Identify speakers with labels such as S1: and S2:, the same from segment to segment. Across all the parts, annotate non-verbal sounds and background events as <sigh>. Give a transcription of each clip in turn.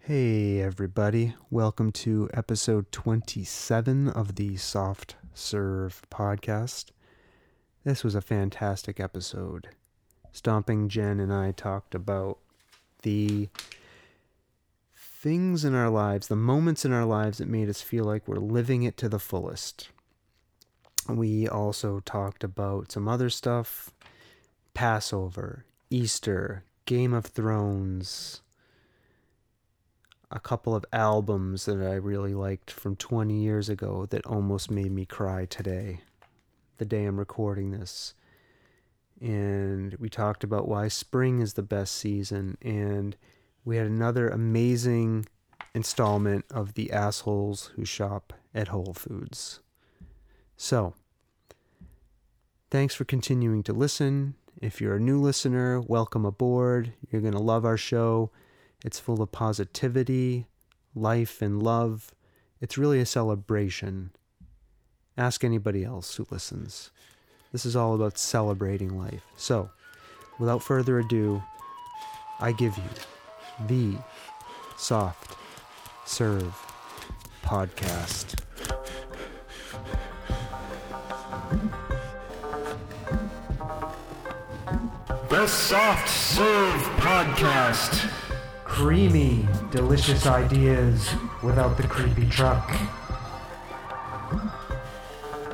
S1: Hey, everybody. Welcome to episode 27 of the Soft Serve podcast. This was a fantastic episode. Stomping Jen and I talked about the things in our lives, the moments in our lives that made us feel like we're living it to the fullest. We also talked about some other stuff Passover, Easter, Game of Thrones, a couple of albums that I really liked from 20 years ago that almost made me cry today, the day I'm recording this. And we talked about why spring is the best season. And we had another amazing installment of The Assholes Who Shop at Whole Foods. So, thanks for continuing to listen. If you're a new listener, welcome aboard. You're going to love our show. It's full of positivity, life, and love. It's really a celebration. Ask anybody else who listens. This is all about celebrating life. So, without further ado, I give you the Soft Serve Podcast.
S2: The Soft Serve Podcast.
S1: Creamy, delicious ideas without the creepy truck.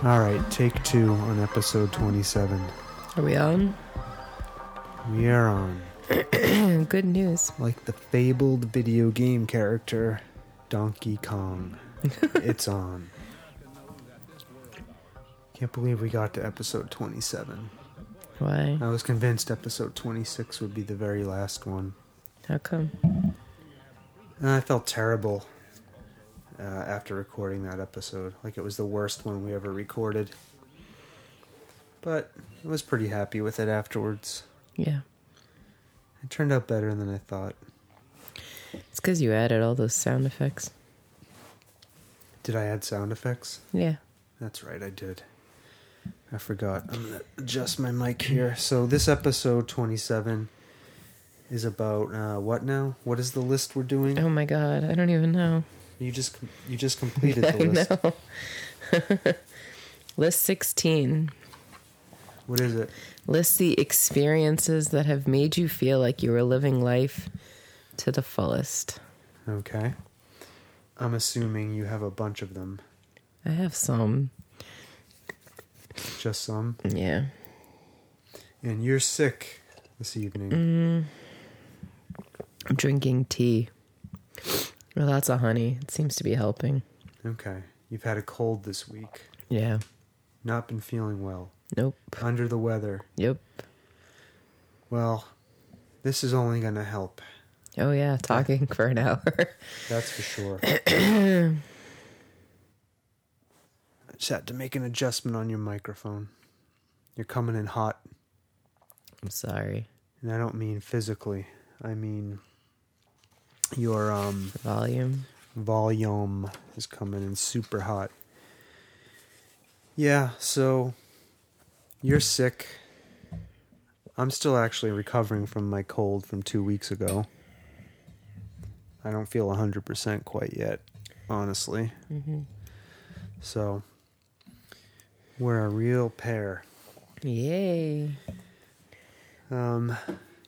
S1: All right, take two on episode 27.
S3: Are we on? <clears throat>
S1: We are on.
S3: Good news.
S1: Like the fabled video game character Donkey Kong. it's on. Can't believe we got to episode 27.
S3: Why?
S1: I was convinced episode 26 would be the very last one.
S3: How come?
S1: And I felt terrible uh, after recording that episode. Like it was the worst one we ever recorded. But I was pretty happy with it afterwards.
S3: Yeah.
S1: It turned out better than I thought.
S3: It's because you added all those sound effects.
S1: Did I add sound effects?
S3: Yeah.
S1: That's right, I did. I forgot. I'm going to adjust my mic here. So, this episode 27 is about uh, what now? What is the list we're doing?
S3: Oh my god, I don't even know.
S1: You just com- you just completed
S3: <laughs> I
S1: the list.
S3: know. List 16
S1: What is it?
S3: lists the experiences that have made you feel like you were living life to the fullest.
S1: Okay. I'm assuming you have a bunch of them.
S3: I have some.
S1: Just some.
S3: Yeah.
S1: And you're sick this evening.
S3: I'm drinking tea. Well, that's a honey. It seems to be helping.
S1: Okay. You've had a cold this week.
S3: Yeah.
S1: Not been feeling well.
S3: Nope.
S1: Under the weather.
S3: Yep.
S1: Well, this is only going to help.
S3: Oh yeah, talking <laughs> for an hour.
S1: That's for sure. I just had to make an adjustment on your microphone. You're coming in hot.
S3: I'm sorry.
S1: And I don't mean physically, I mean your um,
S3: Volume.
S1: volume is coming in super hot. Yeah, so you're sick. I'm still actually recovering from my cold from two weeks ago. I don't feel 100% quite yet, honestly. So, we're a real pair.
S3: Yay.
S1: Um,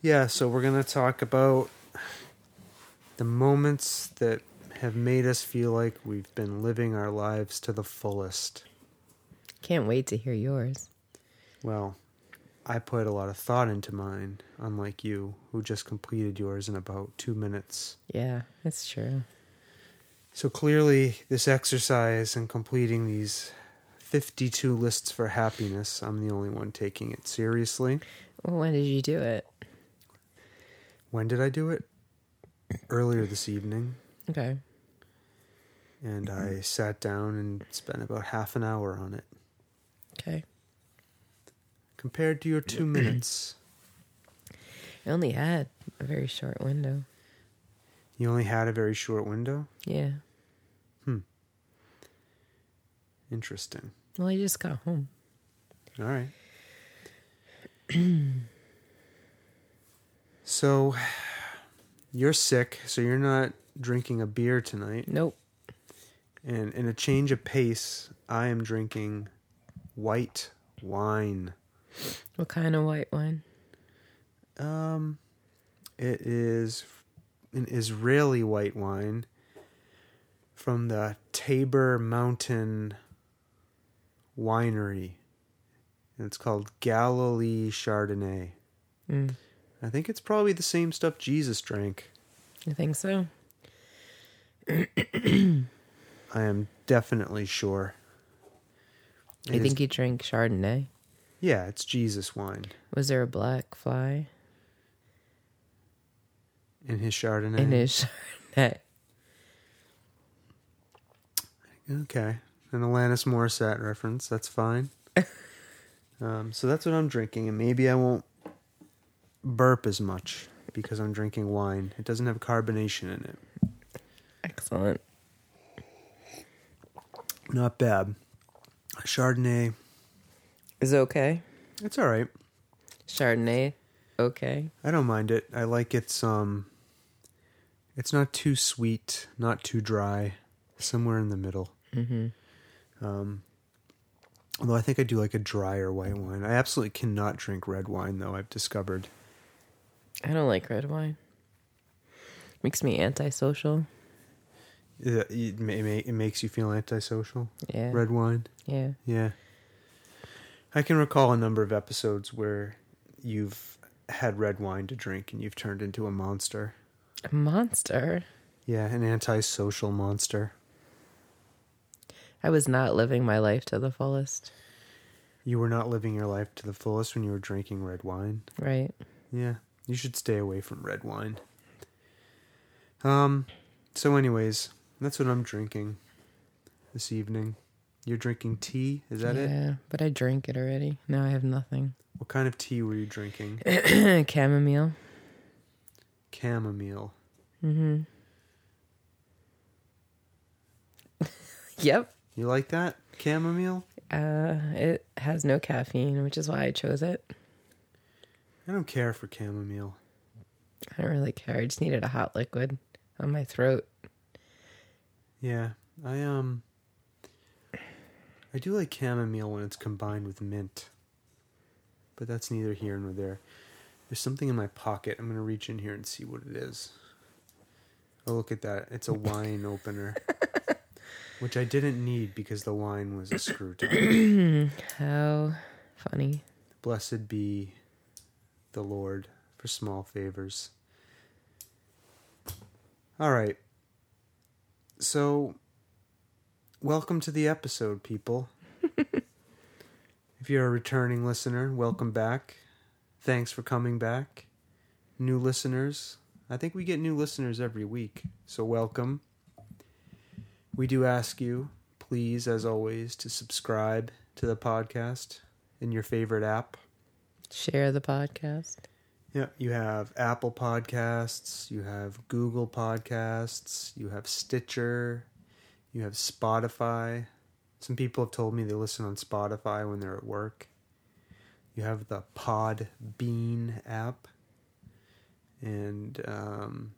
S1: yeah, so we're going to talk about the moments that have made us feel like we've been living our lives to the fullest.
S3: Can't wait to hear yours.
S1: Well, I put a lot of thought into mine, unlike you, who just completed yours in about two minutes.
S3: Yeah, that's true.
S1: So clearly, this exercise and completing these 52 lists for happiness, I'm the only one taking it seriously.
S3: Well, when did you do it?
S1: When did I do it? Earlier this evening.
S3: Okay.
S1: and I sat down and spent about half an hour on it.
S3: Okay.
S1: Compared to your two minutes,
S3: I only had a very short window.
S1: you only had a very short window.
S3: Yeah.
S1: Interesting.
S3: Well, I just got home.
S1: All right. so you're sick, so you're not drinking a beer tonight,
S3: Nope.
S1: and in a change of pace, I am drinking white wine.
S3: What kind of white wine?
S1: Um, it is an Israeli white wine from the Tabor Mountain Winery. And it's called Galilee Chardonnay.
S3: Mm.
S1: I think it's probably the same stuff Jesus drank.
S3: You think so?
S1: I am definitely sure.
S3: I
S1: It is-
S3: think you drank Chardonnay.
S1: yeah, it's Jesus wine
S3: Was there a black fly
S1: in his Chardonnay.
S3: in his <laughs> Chardonnay?
S1: Okay. An Alanis Morissette reference. That's fine. um, so that's what I'm drinking, and maybe I won't burp as much because I'm drinking wine. It doesn't have carbonation in it.
S3: Excellent.
S1: Not bad. Chardonnay.
S3: Is it okay?
S1: It's all right.
S3: Chardonnay, okay.
S1: I don't mind it. I like its um. It's not too sweet, not too dry, somewhere in the middle. Mm-hmm. Um, although I think I do like a drier white wine. I absolutely cannot drink red wine, though. I've discovered.
S3: I don't like red wine. Makes me antisocial.
S1: Yeah, it, ma- it, ma- it makes you feel antisocial.
S3: Yeah.
S1: Red wine.
S3: Yeah.
S1: Yeah. I can recall a number of episodes where you've had red wine to drink and you've turned into a monster.
S3: A monster.
S1: Yeah, an antisocial monster.
S3: I was not living my life to the fullest.
S1: You were not living your life to the fullest when you were drinking red wine.
S3: Right.
S1: Yeah, you should stay away from red wine. Um, so, anyways, that's what I'm drinking this evening. You're drinking tea? Is that it?
S3: yeah. But I drank it already. Now I have nothing. <clears throat>
S1: What kind of tea were you drinking?
S3: <laughs> Chamomile.
S1: chamomile.
S3: Mm-hmm. <laughs> Yep.
S1: You like that chamomile?
S3: Uh, it has no caffeine, which is why I chose it.
S1: I don't care for chamomile.
S3: I don't really care. I just needed a hot liquid on my throat. <clears throat>
S1: Yeah, I um, I do like chamomile when it's combined with mint, but that's neither here nor there. There's something in my pocket. I'm gonna reach in here and see what it is. Oh, look at that! <laughs> It's a wine <laughs> opener, which I didn't need because the wine was a <clears throat> screw top.
S3: How funny.
S1: Blessed be the Lord for small favors. All right. So, welcome to the episode, people. if you're a returning listener, welcome back. Thanks for coming back. New listeners, I think we get new listeners every week, so welcome. We do ask you, please, as always, to subscribe to the podcast in your favorite app.
S3: Share the podcast.
S1: Yeah, you have Apple Podcasts, you have Google Podcasts, you have Stitcher, you have Spotify. Some people have told me they listen on Spotify when they're at work. You have the Podbean app and um,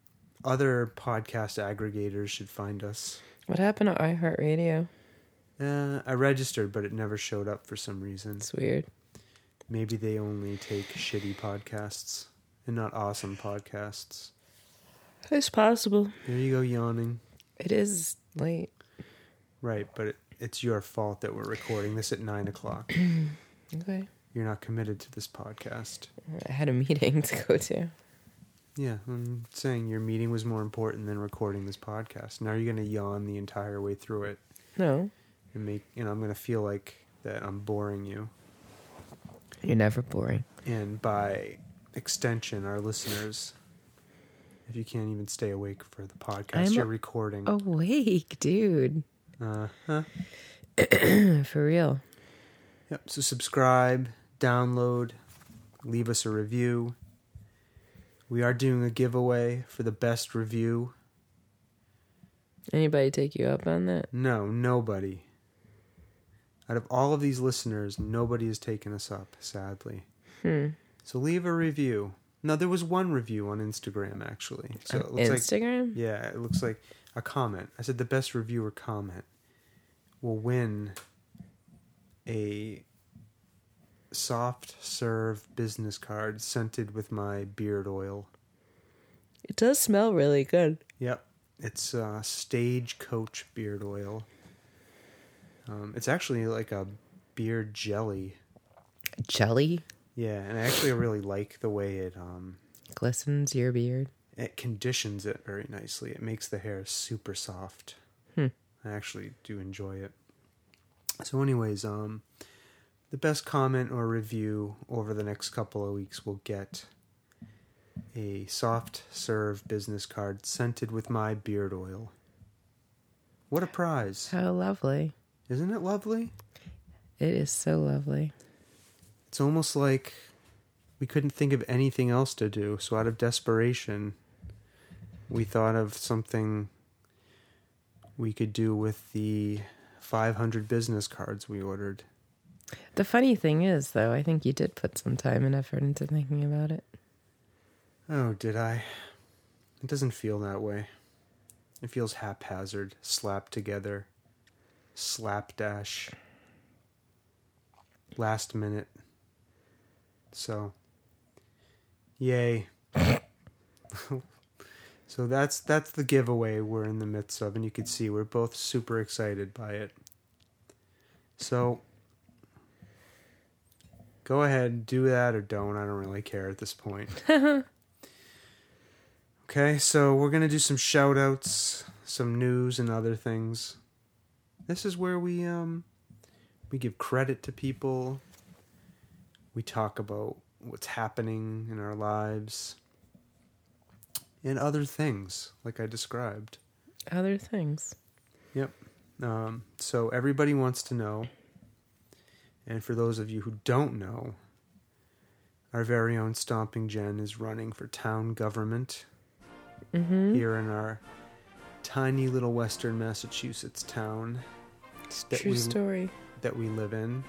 S1: other podcast aggregators should find us.
S3: What happened to iHeartRadio?
S1: Uh, I registered, but it never showed up for some reason.
S3: It's weird.
S1: Maybe they only take shitty podcasts and not awesome podcasts.
S3: It's possible.
S1: There you go, yawning.
S3: It is late.
S1: Right, but it, it's your fault that we're recording this at nine o'clock.
S3: Okay.
S1: You're not committed to this podcast.
S3: I had a meeting <laughs> to go to.
S1: Yeah, I'm saying your meeting was more important than recording this podcast. Now you're going to yawn the entire way through it
S3: No.
S1: and make, and I'm going to feel like that I'm boring you.
S3: You're never boring.
S1: And by extension, our listeners, if you can't even stay awake for the podcast
S3: I'm Oh.
S1: you're recording,
S3: Awake, dude.
S1: uh huh.
S3: For real.
S1: Yep. So subscribe, download, leave us a review. We are doing a giveaway for the best review.
S3: Anybody take you up on that?
S1: No, nobody. Out of all of
S3: Hmm.
S1: these listeners, nobody has taken us up, sadly. So leave a review. No, there was one review on Instagram actually. So it looks like
S3: Instagram?
S1: yeah, it looks like a comment. I said the best reviewer comment will win a soft serve business card scented with my beard oil.
S3: It does smell really good.
S1: Yep. It's uh, Stagecoach Beard Oil. Um, it's actually like a beard jelly.
S3: Jelly
S1: Yeah, and I actually really like the way it um,
S3: glistens your beard.
S1: it conditions it very nicely. It makes the hair super soft. I actually do enjoy it. So, anyways, um, the best comment or review over the next couple of weeks will get a soft serve business card scented with my beard oil. What a prize!
S3: How lovely.
S1: Isn't it lovely?
S3: It is so lovely.
S1: It's almost like we couldn't think of anything else to do, so out of desperation, we thought of something we could do with the 500 business cards we ordered.
S3: The funny thing is, though, I think you did put some time and effort into thinking about it.
S1: Oh, did I? It doesn't feel that way. It feels haphazard, slapped together, slapdash, last minute. So, yay. <laughs> so that's that's the giveaway we're in the midst of and you can see we're both super excited by it. So, go ahead, do that or don't. I don't really care at this point. Okay, so we're going to do some shout outs, some news and other things. This is where we um we give credit to people. We talk about what's happening in our lives and other things like I described.
S3: Other things.
S1: Yep. Um, so everybody wants to know, and for those of you who don't know, our very own Stomping Jen is running for town government
S3: Mm-hmm.
S1: here in our tiny little Western Massachusetts town that
S3: True
S1: we-
S3: story.
S1: that we live in.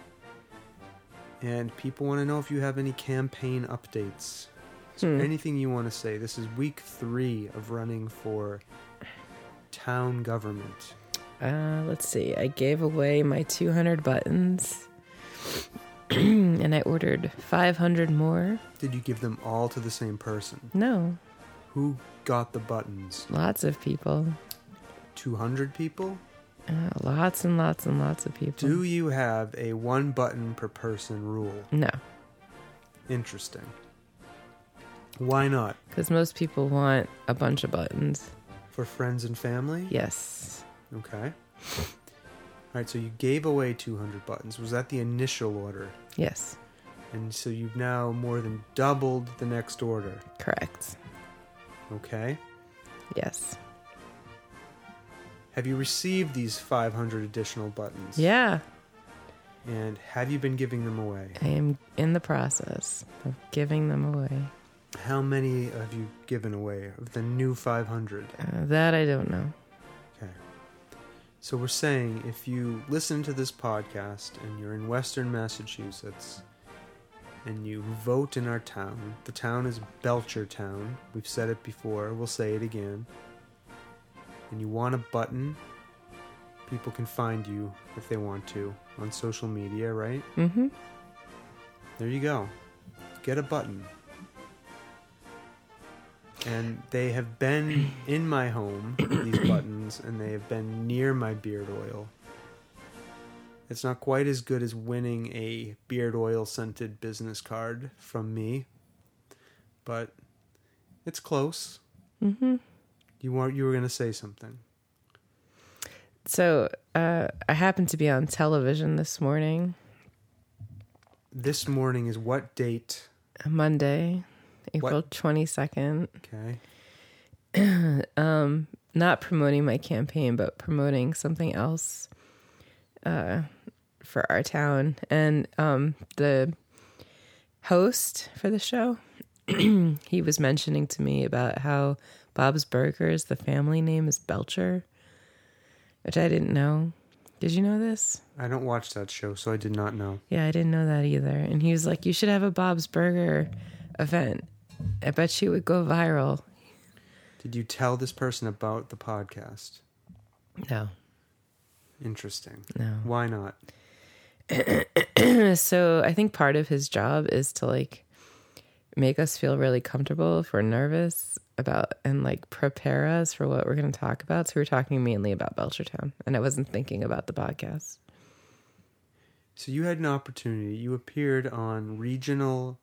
S1: And people want to know if you have any campaign updates. So
S3: Hmm.
S1: anything you want to say. This is week three of running for town government.
S3: Uh, let's see. I gave away my 200 buttons <clears throat> and I ordered 500 more.
S1: Did you give them all to the same person?
S3: No,
S1: Who got the buttons?
S3: lots of people.
S1: 200 people?
S3: Uh, lots and lots and lots of people.
S1: Do you have a one button per person rule?
S3: no,
S1: Interesting. Why not?
S3: because most people want a bunch of buttons.
S1: For friends and family?
S3: Yes.
S1: Okay. All right, so you gave away 200 buttons. Was that the initial order?
S3: Yes.
S1: And so you've now more than doubled the next order.
S3: Correct.
S1: Okay.
S3: Yes.
S1: Have you received these 500 additional buttons?
S3: Yeah.
S1: And have you been giving them away?
S3: I am in the process of giving them away.
S1: How many have you given away of the new 500?
S3: Uh, that I don't know.
S1: Okay. So we're saying if you listen to this podcast and you're in Western Massachusetts and you vote in our town, the town is Belchertown. We've said it before, we'll say it again. And you want a button, people can find you if they want to on social media, right?
S3: Mm-hmm.
S1: There you go. Get a button. And they have been in my home, these buttons, and they have been near my beard oil. It's not quite as good as winning a beard oil scented business card from me, but it's close.
S3: Mm-hmm.
S1: You were, you were going to say something.
S3: So uh, I happened to be on television this morning,
S1: This morning is what date?
S3: Monday, April twenty second.
S1: Okay.
S3: Um, not promoting my campaign, but promoting something else uh, for our town. And um, the host for the show, <clears throat> he was mentioning to me about how Bob's Burgers, the family name is Belcher, which I didn't know. Did you know this?
S1: I don't watch that show, so I did not know.
S3: Yeah, I didn't know that either. And he was like, "You should have a Bob's Burger event I bet she would go viral.
S1: Did you tell this person about the podcast?
S3: No,
S1: Interesting.
S3: no.
S1: Why not?
S3: so I think part of his job is to like make us feel really comfortable if we're nervous about and like prepare us for what we're going to talk about. So we were talking mainly about Belchertown, and I wasn't thinking about the podcast.
S1: So you had an opportunity. You appeared on regional,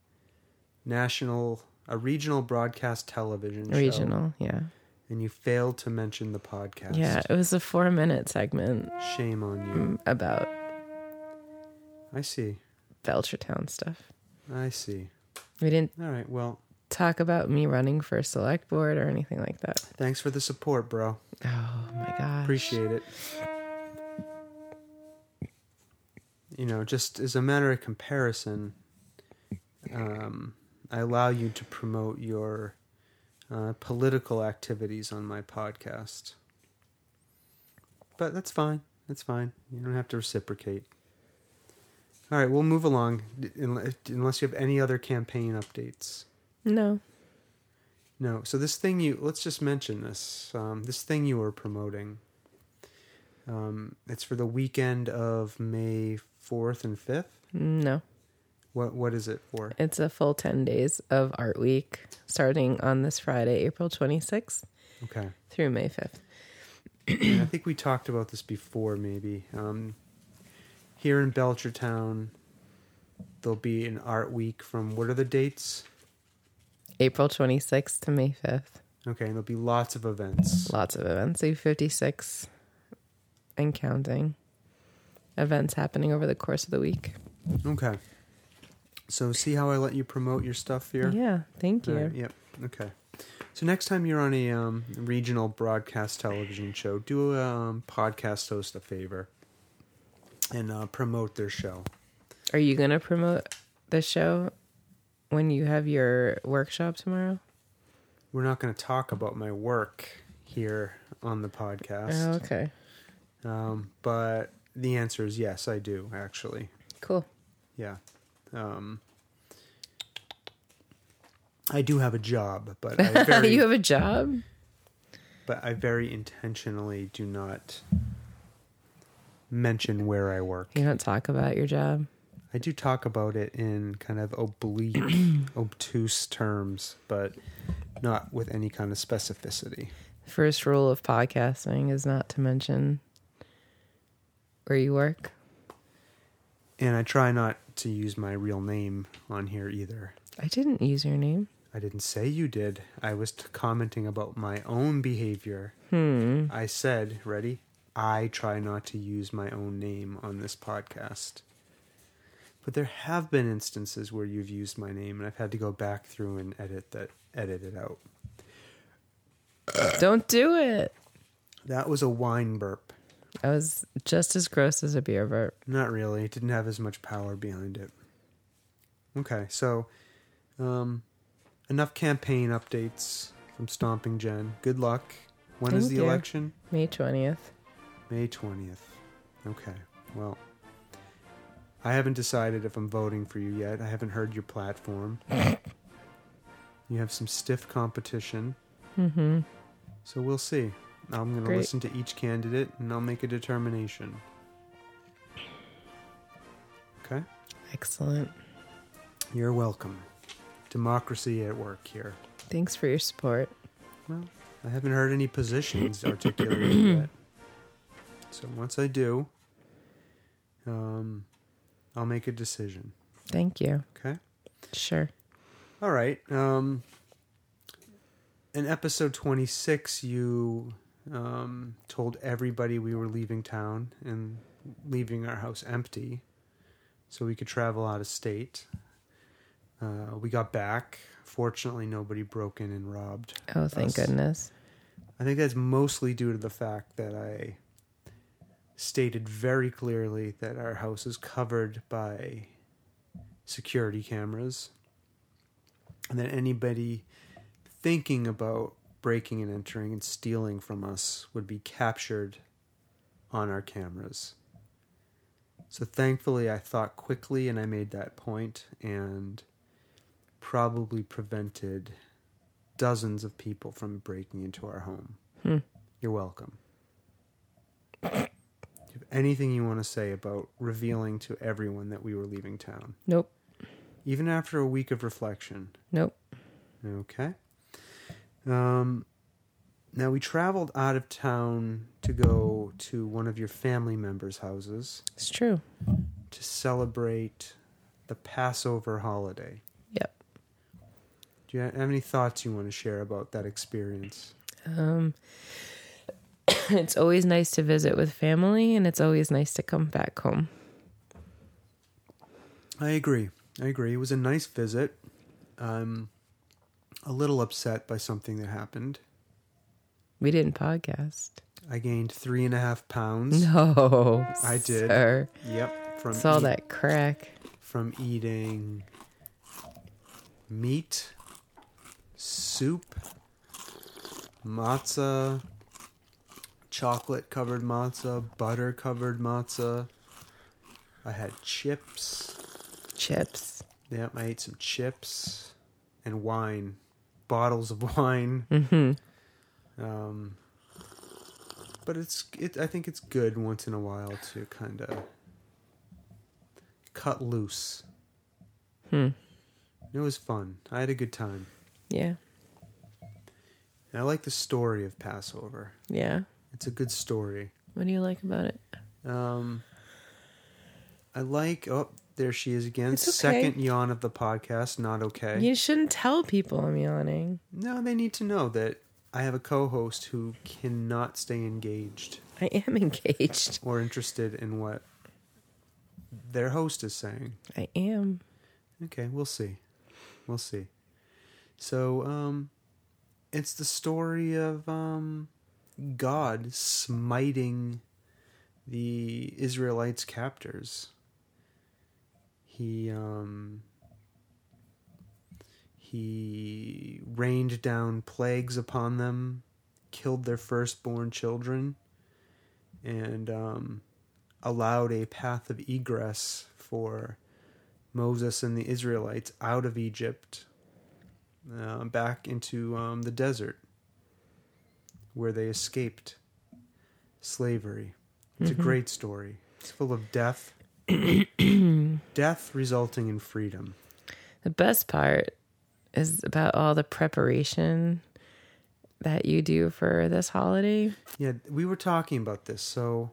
S1: national, a regional broadcast television show,
S3: Regional, yeah,
S1: and you failed to mention the podcast.
S3: yeah. It was a four-minute segment mm,
S1: Shame on you.
S3: about Mm.
S1: I see.
S3: Belchertown stuff.
S1: I see.
S3: We didn't
S1: All right. Well,
S3: talk about me running for select board or anything like that.
S1: thanks for the support, bro.
S3: Oh my god!
S1: Appreciate it. You know, just as a matter of comparison, um, I allow you to promote your uh, political activities on my podcast. But that's fine. That's fine. You don't have to reciprocate. All right, we'll move along d- unle- unless you have any other campaign updates.
S3: No,
S1: No. So this thing you let's just mention this um, this thing you were promoting. Um, it's for the weekend of May fourth and fifth.
S3: no.
S1: What what is it for?
S3: It's a full 10 days of Art Week starting on this Friday, April 26th
S1: Okay.
S3: through May 5th.
S1: And I think we talked about this before, maybe. Um, here in Belchertown, there'll be an art week from what are the dates?
S3: April 26th to May 5th.
S1: Okay, and there'll be lots of events.
S3: Lots of events. So 56 and counting events happening over the course of the week.
S1: Okay. So see how I let you promote your stuff here.
S3: Yeah, thank you.
S1: All right, yep. Okay. So next time you're on a um, regional broadcast television show, do a um, podcast host a favor and uh, promote their show.
S3: Are you going to promote the show when you have your workshop tomorrow?
S1: We're not going to talk about my work here on the
S3: Oh,
S1: podcast,
S3: okay.
S1: um, but the answer is yes, I do actually.
S3: Cool.
S1: Yeah. Um, I do have a job, but
S3: <laughs>
S1: I very,
S3: you have a job?
S1: but I very intentionally do not mention where I work.
S3: You don't talk about your job?
S1: I do talk about it in kind of oblique, obtuse terms, but not with any kind of specificity.
S3: First rule of podcasting is not to mention where you work.
S1: And I try not to use my real name on here either.
S3: I didn't use
S1: <clears throat>
S3: your name.
S1: I didn't say you did. I was t- commenting about my own behavior. I said, ready? I try not to use my own name on this podcast. But there have been instances where you've used my name and I've had to go back through and edit that edit it out.
S3: Don't do it.
S1: That was a wine burp.
S3: I was just as gross as a beer burp.
S1: Not really. It didn't have as much power behind it. Okay, so um, enough campaign updates from Stomping Jen. Good luck. When is
S3: Thank
S1: the
S3: you.
S1: election?
S3: May 20th.
S1: May 20th. Okay, well, I haven't decided if I'm voting for you yet. I haven't heard your
S3: <laughs>
S1: platform. you have some stiff competition,
S3: Mm-hmm.
S1: so we'll see. I'm going to
S3: Great.
S1: listen to each candidate and I'll make a determination. Okay?
S3: Excellent.
S1: You're welcome. Democracy at work here.
S3: Thanks for your support.
S1: Well, I haven't heard any positions articulated yet. So once I do, um, I'll make a decision.
S3: Thank you.
S1: Okay.
S3: Sure.
S1: All right. Um, in episode 26, you um, told everybody we were leaving town and leaving our house empty so we could travel out of state. Uh, we got back. Fortunately, nobody broke in and robbed.
S3: Oh, thank
S1: Us.
S3: goodness.
S1: I think that's mostly due to the fact that I stated very clearly that our house is covered by security cameras and that anybody thinking about breaking and entering and stealing from us would be captured on our cameras. So thankfully I thought quickly and I made that point and probably prevented dozens of people from breaking into our home. You're welcome. <coughs> Do you have anything you want to say about revealing to everyone that we were leaving town,
S3: Nope.
S1: even after a week of reflection?
S3: Nope.
S1: Okay. Um, now we traveled out of town to go to one of your family members' houses
S3: It's true.
S1: to celebrate the Passover holiday.
S3: Yep.
S1: Do you have any thoughts you want to share about that experience?
S3: Um, <coughs> it's always nice to visit with family, and it's always nice to come back home.
S1: I agree. I agree. It was a nice visit. I'm a little upset by something that happened.
S3: We didn't podcast.
S1: I gained three and a half pounds.
S3: <laughs> No,
S1: I did.
S3: Sir.
S1: Yep. From E.
S3: It's all
S1: eat-
S3: that crack.
S1: from eating meat, soup, matzah, chocolate covered matzah, butter covered matzah. I had chips.
S3: Chips.
S1: Yep, I ate some chips and wine, bottles of <laughs> wine.
S3: Mm-hmm.
S1: Um, but it's it. I think it's good once in a while to kind of cut loose.
S3: Hmm.
S1: It was fun. I had a good time.
S3: Yeah.
S1: And I like the story of Passover.
S3: Yeah.
S1: It's a good story.
S3: What do you like about it?
S1: Um, I like. Oh, there she is again.
S3: It's okay.
S1: Second yawn of the podcast. Not okay.
S3: You shouldn't tell people I'm yawning.
S1: No, they need to know that I have a co host who cannot stay engaged
S3: I am <laughs> engaged.
S1: or interested in what their host is saying.
S3: I am.
S1: Okay, we'll see. We'll see. So, um, it's the story of um, God smiting the Israelites' captors. He um, he rained down plagues upon them, killed their firstborn children, and um, allowed a path of egress for Moses and the Israelites out of Egypt uh, back into um, the desert where they escaped slavery. It's a great story. It's full of death, death resulting in freedom.
S3: The best part is about all the preparation that you do for this holiday.
S1: Yeah, we were talking about this. So,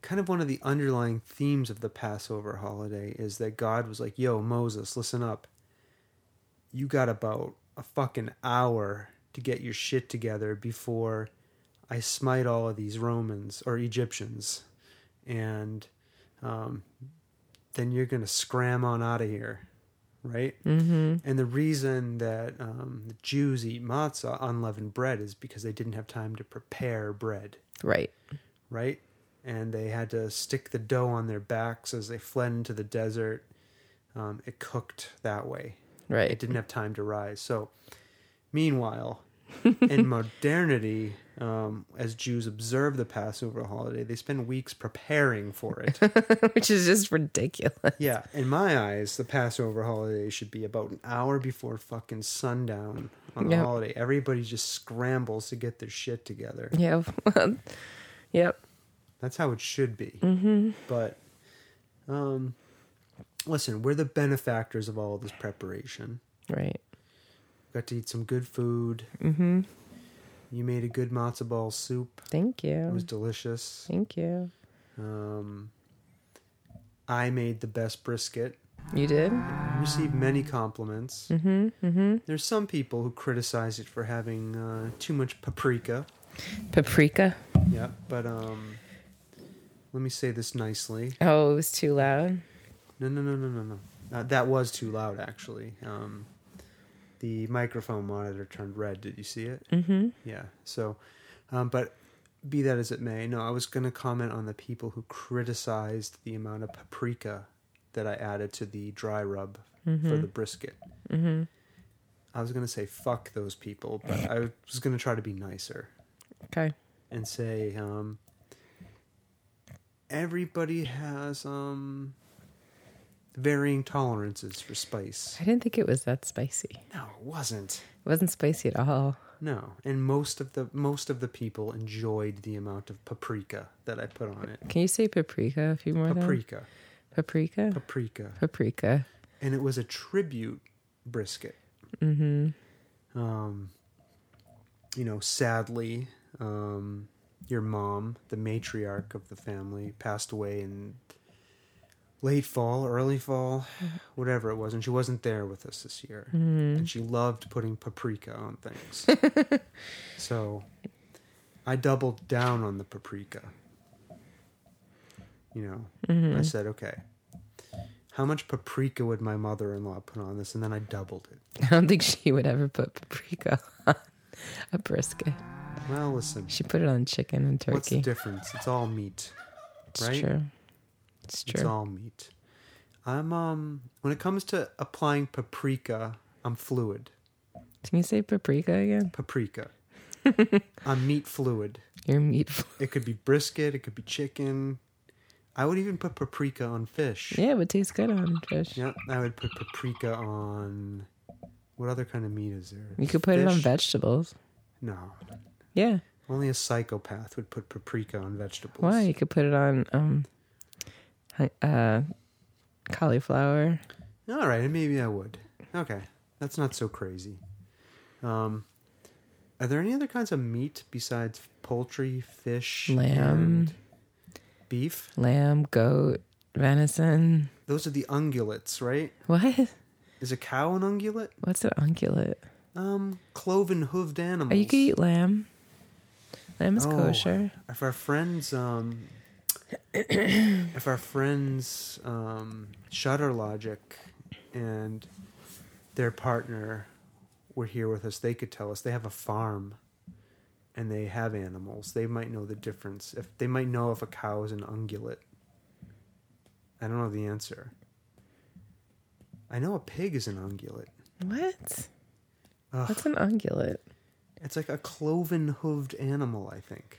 S1: kind of one of the underlying themes of the Passover holiday is that God was like, yo, Moses, listen up. You got about a fucking hour to get your shit together before I smite all of these Romans or Egyptians. And um, then you're going to scram on out of here. Right? Mm-hmm. And the reason that um, the Jews eat matzah, unleavened bread, is because they didn't have time to prepare bread
S3: Right.
S1: right? And they had to stick the dough on their backs as they fled into the desert. Um, it cooked that way. It
S3: Right.
S1: didn't have time to rise. So, meanwhile, in modernity, um, as Jews observe the Passover holiday, they spend weeks preparing for it.
S3: <laughs> Which is just ridiculous.
S1: yeah, in my eyes, the Passover holiday should be about an hour before fucking sundown on the
S3: Yep.
S1: holiday. Everybody just scrambles to get their shit together.
S3: Yeah. <laughs> yep.
S1: That's how it should be. Mm-hmm. But um, listen, we're the benefactors of all this preparation.
S3: Right.
S1: Got to eat some good food. Mm-hmm. You made a good matzo ball soup.
S3: Thank
S1: It was
S3: you.
S1: delicious.
S3: Thank you.
S1: Um, I made the best brisket.
S3: You did?
S1: Received many compliments. Mm-hmm, mm-hmm. There's some people who criticize it for having uh, too much paprika.
S3: Paprika.
S1: Yeah, but um, let me say this nicely.
S3: Oh, it was too loud.
S1: No, no, no, no, no, no. Uh, that was too loud, actually. Um, the microphone monitor turned red. Did you see it? Mm-hmm. Yeah. So, um, but be that as it may, no, I was going to comment on the people who criticized the amount of paprika that I added to the dry rub for the brisket. Mm-hmm. I was going to say fuck those people, but I was going to try to be nicer
S3: Okay.
S1: and say um, everybody has um, varying tolerances for spice.
S3: I didn't think it was that spicy.
S1: No, it wasn't.
S3: It wasn't spicy at all.
S1: No, and most of the most of the people enjoyed the amount of paprika that I put on it.
S3: Can you say paprika a few more times?
S1: Paprika,
S3: Paprika.
S1: paprika,
S3: Paprika. <laughs>
S1: and it was a tribute brisket. Mm-hmm. Um, you know, sadly, um, your mom, the matriarch of the family, passed away in late fall, early fall, whatever it was, and she wasn't there with us this year. And she loved putting paprika on things, so I doubled down on the paprika. You know, I said, okay, how much paprika would my mother-in-law put on this and then i doubled it
S3: I don't think she would ever put paprika <laughs> on a brisket.
S1: well listen
S3: She put it on chicken and turkey.
S1: what's the difference it's all meat
S3: it's
S1: right?
S3: true. It's true.
S1: it's all meat i'm um when it comes to applying paprika i'm fluid
S3: Can you say paprika again? <laughs>
S1: paprika i'm meat fluid
S3: Your meat. <laughs> fl-
S1: it could be brisket it could be chicken i would even put paprika on fish
S3: Yeah, it would taste good on fish.
S1: yep i would put paprika on what other kind of meat is there
S3: You could put it on
S1: Fish?
S3: vegetables.
S1: no
S3: Yeah.
S1: only a psychopath would put paprika on vegetables
S3: Why? You could put it on um, hu- uh, cauliflower.
S1: All right, maybe I would. Okay, that's not so crazy. Um, are there any other kinds of meat besides poultry, fish,
S3: Lamb.
S1: and beef?
S3: lamb, goat, venison.
S1: Those are the ungulates, right?
S3: What? <laughs>
S1: Is a cow an ungulate?
S3: What's an ungulate?
S1: Um, cloven-hooved animals.
S3: Oh, you could eat lamb. Lamb is
S1: Oh,
S3: kosher.
S1: If our friends, um, if our friends, um, Shutter Logic and their partner were here with us, they could tell us they have a farm and they have animals. They might know the difference. If they might know if a cow is an ungulate. I don't know the answer. I know a pig is an ungulate.
S3: What?
S1: Ugh.
S3: What's an ungulate?
S1: It's like a cloven-hooved animal, I think.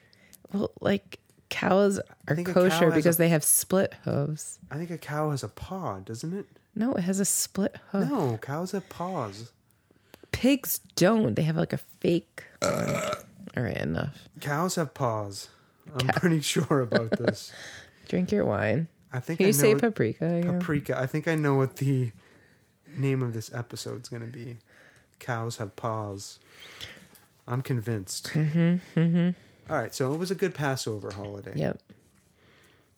S3: Well, like cows are
S1: think a cow
S3: kosher
S1: has
S3: because
S1: a-
S3: they have split hooves.
S1: I think a cow has a paw, doesn't it?
S3: No, it has a split hoof.
S1: No, cows have paws.
S3: Pigs don't. They have like a fake.
S1: Uh.
S3: All right, enough.
S1: Cows have paws. I'm pretty sure about this.
S3: Drink your wine.
S1: I think
S3: Can
S1: I
S3: you
S1: know
S3: say
S1: what-
S3: paprika? again?
S1: paprika. I think I know what the name of this episode's going to be. Cows have paws. I'm convinced. Mm-hmm, mm-hmm. right, so it was a good Passover holiday.
S3: Yep.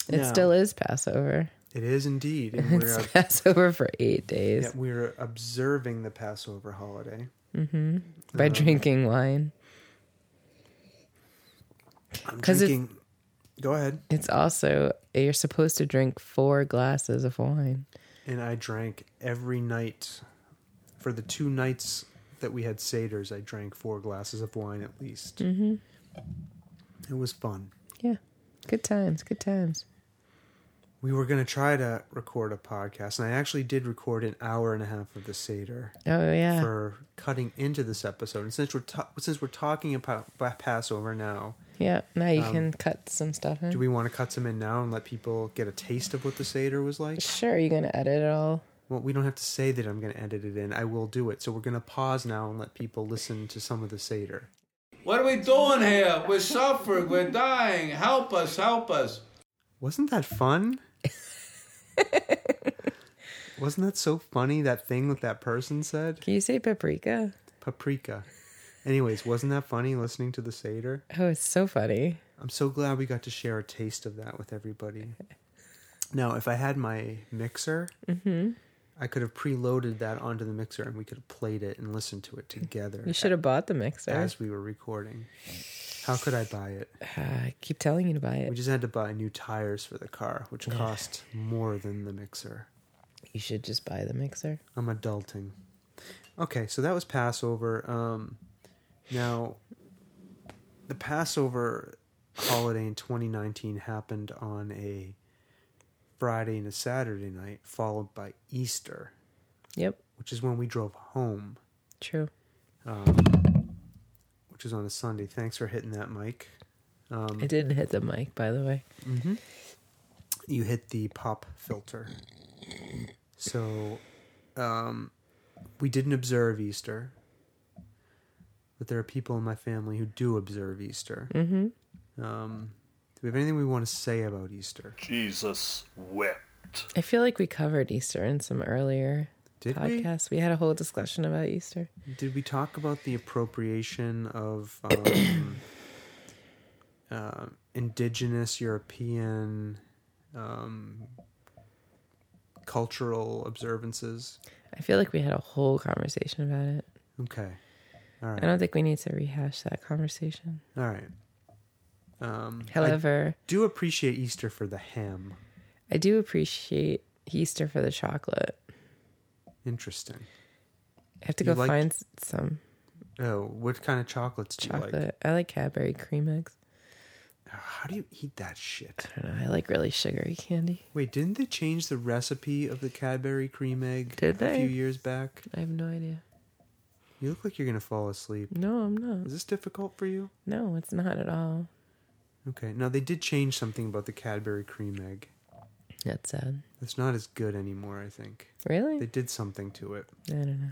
S3: It
S1: Now-
S3: still is Passover.
S1: It is indeed, and we're
S3: <laughs> It's Passover for eight days
S1: yeah, we're observing the Passover holiday.
S3: by
S1: Uh-huh.
S3: drinking wine.
S1: I'm
S3: 'Cause it's-
S1: drinking. Go ahead.
S3: It's also you're supposed to drink four glasses of wine.
S1: and I drank every night for the two nights that we had satyrs. I drank four glasses of wine at least. Mm-hmm. It was fun.
S3: Yeah. Good times, good times.
S1: We were going to try to record a podcast, and I actually did record an hour and a half of the satyr
S3: Oh yeah.
S1: for cutting into this episode. And since we're ta- since we're talking about about Passover now,
S3: yeah. Now you can cut some stuff in.
S1: um, do we want to cut some in now and let people get a taste of what the satyr was like?
S3: Sure, you're gonna edit it all.
S1: Well, we don't have to say that I'm going to edit it in. I will do it. So we're going to pause now and let people listen to some of the satyr.
S4: What are we doing here? We're suffering. We're dying. Help us. Help us.
S1: Wasn't that
S3: <laughs>
S1: fun? Wasn't that so funny that thing that that person said?
S3: Can you say paprika?
S1: Paprika. Anyways, wasn't that funny listening to the Seder?
S3: Oh, it's so funny.
S1: I'm so glad we got to share a taste of that with everybody. Now, if I had my mixer,
S3: Mm-hmm.
S1: I could have preloaded that onto the mixer and we could have played it and listened to it together
S3: You should have bought the mixer.
S1: Uh, as we were recording. How could I buy it?
S3: Ah, I keep telling you to buy
S1: We
S3: it.
S1: just had to buy new tires for the car, which cost more than the mixer.
S3: You should just buy the mixer.
S1: I'm adulting. Okay, so that was Passover. Um, now, the Passover holiday in 2019 happened on a Friday and a Saturday night, followed by Easter,
S3: Yep.
S1: which is when we drove home,
S3: True.
S1: which is on a Sunday. Thanks for hitting that, Mike. Um,
S3: I didn't hit the mic, by the way.
S1: You hit the pop filter. So, um, we didn't observe Easter, but there are people in my family who do observe Easter.
S3: Mm-hmm.
S1: Um, do we have anything we want to say about Easter?
S5: Jesus wept.
S3: I feel like we covered Easter in some earlier
S1: Did
S3: podcasts. We? had a whole discussion about Easter.
S1: we? Did we talk about the appropriation of um, uh, indigenous European um, cultural observances?
S3: I feel like we had a whole conversation about it.
S1: Okay. All
S3: I
S1: right.
S3: don't think we need to rehash that conversation.
S1: All right. Um, I
S3: However,
S1: do appreciate Easter for the ham.
S3: I do appreciate Easter for the chocolate.
S1: Interesting.
S3: I have to
S1: You
S3: go
S1: liked-
S3: find s- some
S1: Oh, what kind of chocolates do
S3: chocolate.
S1: you like?
S3: I like Cadbury cream eggs.
S1: How do you eat that shit?
S3: I don't know. I like really sugary candy.
S1: Wait, didn't they change the recipe of the Cadbury cream egg
S3: Did
S1: a
S3: they?
S1: few years back?
S3: I have no idea.
S1: You look like you're gonna fall asleep.
S3: No, I'm not.
S1: Is this difficult for you?
S3: No, it's not at all.
S1: Okay. Now they did change something about the Cadbury cream egg.
S3: That's sad.
S1: It's not as good anymore, I think.
S3: Really?
S1: They did something to it.
S3: I don't know.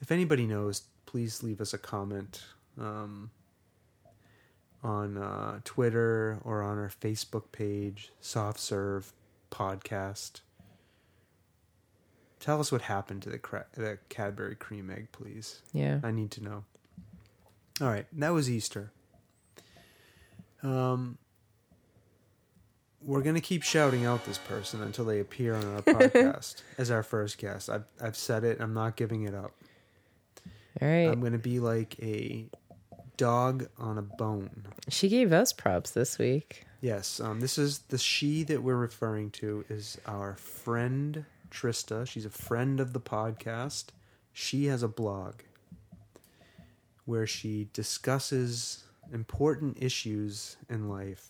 S1: If anybody knows, please leave us a comment um, on uh, Twitter or on our Facebook page, Soft Serve Podcast. Tell us what happened to the, cra- the Cadbury cream egg, please.
S3: Yeah.
S1: I need to know. All right, that was Easter. Um, we're gonna keep shouting out this person until they appear on our podcast as our first guest. I've I've said it. I'm not giving it up.
S3: All right.
S1: I'm gonna be like a dog on a bone.
S3: she gave us props this week.
S1: Yes. Um. This is the she that we're referring to is our friend Trista. She's a friend of the podcast. She has a blog where she discusses important issues in life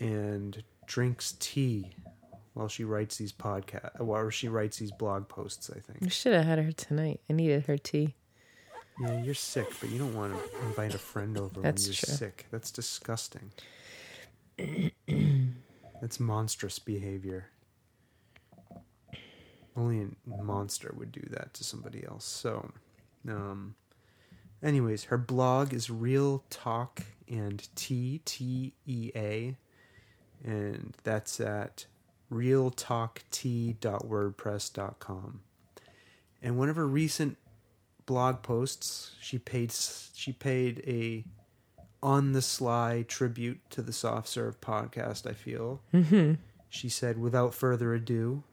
S1: and drinks tea while she writes these podcast while she writes these blog posts. I think.
S3: We should have had her tonight. I needed her tea.
S1: Yeah, you're sick, but you don't want to invite a friend over when
S3: That's
S1: you're
S3: true.
S1: sick. That's disgusting. That's monstrous behavior. Only a monster would do that to somebody else. So, um, anyways, her blog is Real Talk and T T E A, and that's at realtalkt.wordpress.com. And one of her recent blog posts. She paid she paid a on the sly tribute to the soft serve podcast. I feel. She said, without further ado,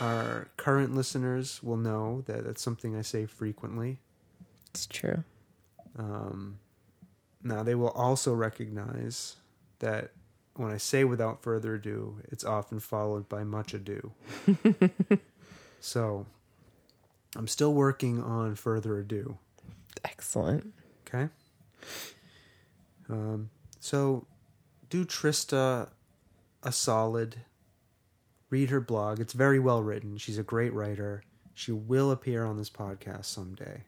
S1: our current listeners will know that that's something I say frequently.
S3: It's true.
S1: Um, now they will also recognize that when I say without further ado, it's often followed by much ado. so I'm still working on further ado.
S3: Excellent.
S1: Okay. Um, so do Trista a solid. Read her blog. It's very well written. She's a great writer. She will appear on this podcast someday.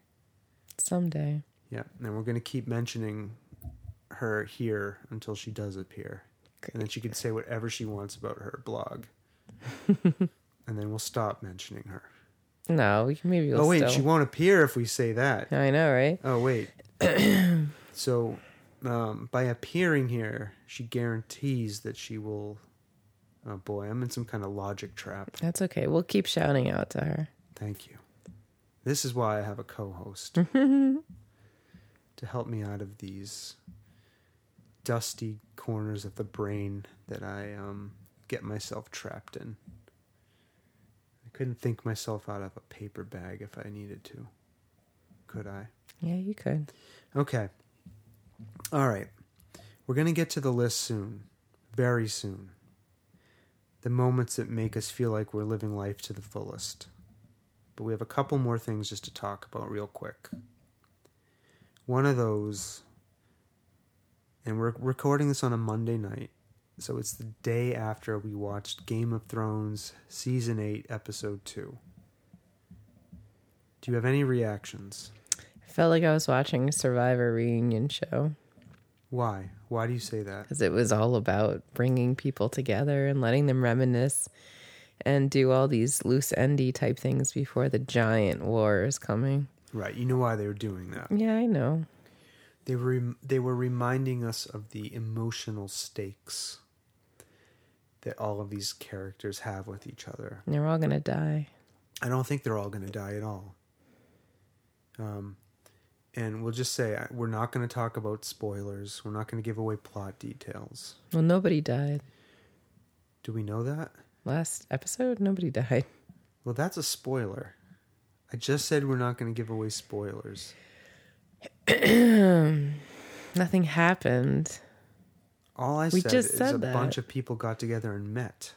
S3: Someday.
S1: Yeah. And we're going to keep mentioning her here until she does appear. And then she can say whatever she wants about her blog. and then we'll stop mentioning her.
S3: No, we can maybe.
S1: oh, wait.
S3: still.
S1: She won't appear if we say that.
S3: I know, right?
S1: Oh wait. <clears throat> so, um, by appearing here, she guarantees that she will. Oh boy, I'm in some kind of logic trap.
S3: That's okay. We'll keep shouting out to her.
S1: Thank you. This is why I have a co-host to help me out of these dusty corners of the brain that I um, get myself trapped in. I couldn't think myself out of a paper bag if I needed to. Could I?
S3: Yeah, you could.
S1: Okay. All right. We're going to get to the list soon. Very soon. The moments that make us feel like we're living life to the fullest. But we have a couple more things just to talk about real quick. One of those, and we're recording this on a Monday night, so it's the day after we watched Game of Thrones Season 8, Episode 2. Do you have any reactions?
S3: I felt like I was watching a Survivor reunion show
S1: Why? Why do you say that?
S3: because it was all about bringing people together and letting them reminisce and do all these loose endy type things before the giant war is coming.
S1: Right. You know why they were doing that.
S3: Yeah, I know.
S1: They were rem- they were reminding us of the emotional stakes that all of these characters have with each other.
S3: They're all gonna die.
S1: I don't think they're all going to die at all. Um, and we'll just say uh, we're not going to talk about spoilers. We're not going to give away plot details.
S3: Well, nobody died
S1: Do we know that?
S3: last episode. Nobody died.
S1: Well, that's a spoiler. I just said we're not going to give away spoilers. Um,
S3: Nothing happened.
S1: All I
S3: We
S1: said
S3: just
S1: is
S3: said
S1: a
S3: that.
S1: bunch of people got together and met.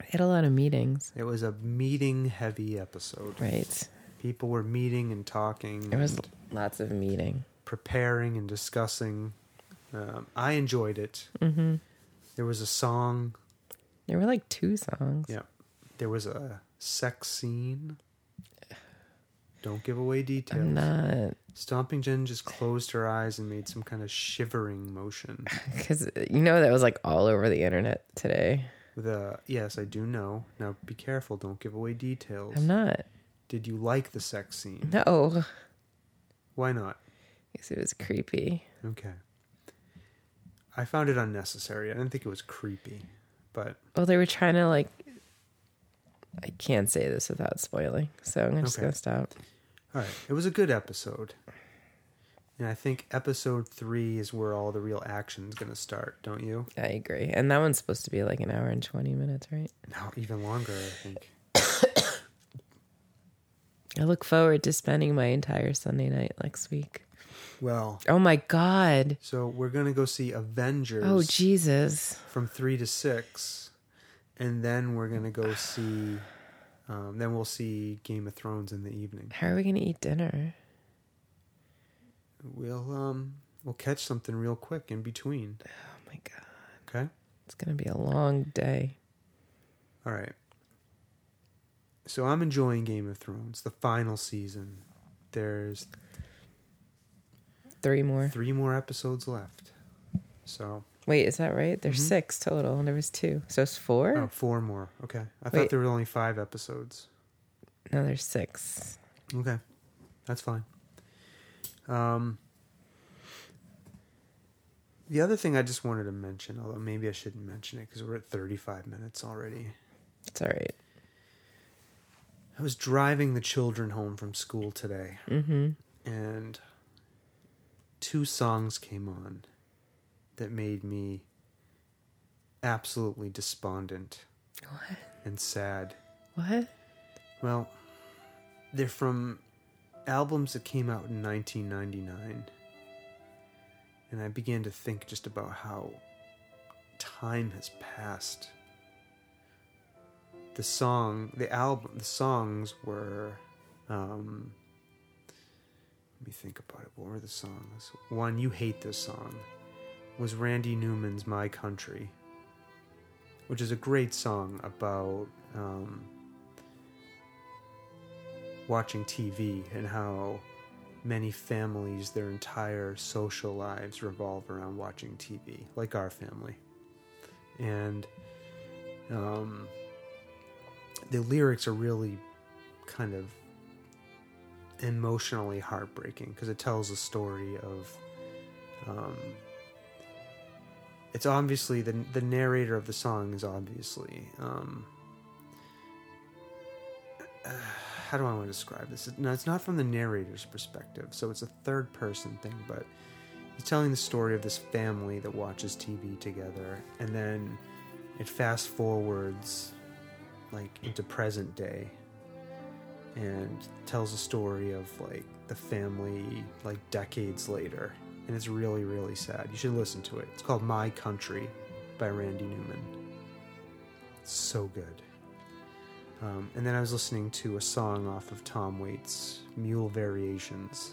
S3: I had a lot of meetings.
S1: It was a meeting heavy episode.
S3: Right.
S1: People were meeting and talking.
S3: There was
S1: and-
S3: lots of meeting.
S1: preparing and discussing. Um, I enjoyed it. Mm-hmm. There was a song.
S3: There were like two songs.
S1: Yeah. There was a sex scene. Don't give away details.
S3: I'm not
S1: Stomping Jen just closed her eyes and made some kind of shivering motion.
S3: because you know that was like all over the internet today.
S1: The yes, I do know. Now be careful. Don't give away details.
S3: I'm not.
S1: Did you like the sex scene?
S3: No,
S1: Why not?
S3: because it was creepy.
S1: Okay. I found it unnecessary. I didn't think it was creepy, but
S3: Well, they were trying to like. I can't say this without spoiling, so I'm just
S1: Okay.
S3: gonna stop.
S1: All right. It was a good episode. And I think episode three is where all the real action's going to start, don't you?
S3: I agree, and that one's supposed to be like an hour and twenty minutes, right?
S1: No, even longer, I think.
S3: I look forward to spending my entire Sunday night next week.
S1: Well,
S3: Oh my god!
S1: so we're going to go see Avengers
S3: Oh Jesus!
S1: from three to six. And then we're going to go see. Um, then we'll see Game of Thrones in the evening.
S3: How are we gonna eat dinner?
S1: We'll um we'll catch something real quick in between.
S3: Oh my god!
S1: Okay.
S3: It's gonna be a long day.
S1: All right. So I'm enjoying Game of Thrones, the final season. There's
S3: Three more.
S1: three more episodes left. So
S3: Wait, is that right? There's six total, and there was two, so it's four.
S1: Mm-hmm. oh, four more. Okay, I thought
S3: Wait.
S1: there were only five episodes.
S3: No, there's six.
S1: Okay, that's fine. Um, the other thing I just wanted to mention, although maybe I shouldn't mention it because we're at 35 minutes already.
S3: It's all right.
S1: I was driving the children home from school today,
S3: Mhm.
S1: and two songs came on that made me absolutely despondent
S3: What?
S1: and sad.
S3: What? <laughs>
S1: Well, they're from albums that came out in 1999. And I began to think just about how time has passed. The song, the album, the songs were. Um, let me think about it. What were the songs? One, You Hate This Song, was Randy Newman's My Country, which is a great song about. Um, watching TV and how many families their entire social lives revolve around watching TV, like our family. And um, the lyrics are really kind of emotionally heartbreaking because it tells a story of. Um, it's obviously the the narrator of the song is obviously um, how do I want to describe this? No, it's not from the narrator's perspective, so it's a third person thing, but he's telling the story of this family that watches TV together, and then it fast forwards like into present day and tells a story of like the family like decades later. And it's really, really sad. You should listen to it. It's called My Country by Randy Newman. It's so good. Um, and then I was listening to a song off of Tom Waits, Mule Variations.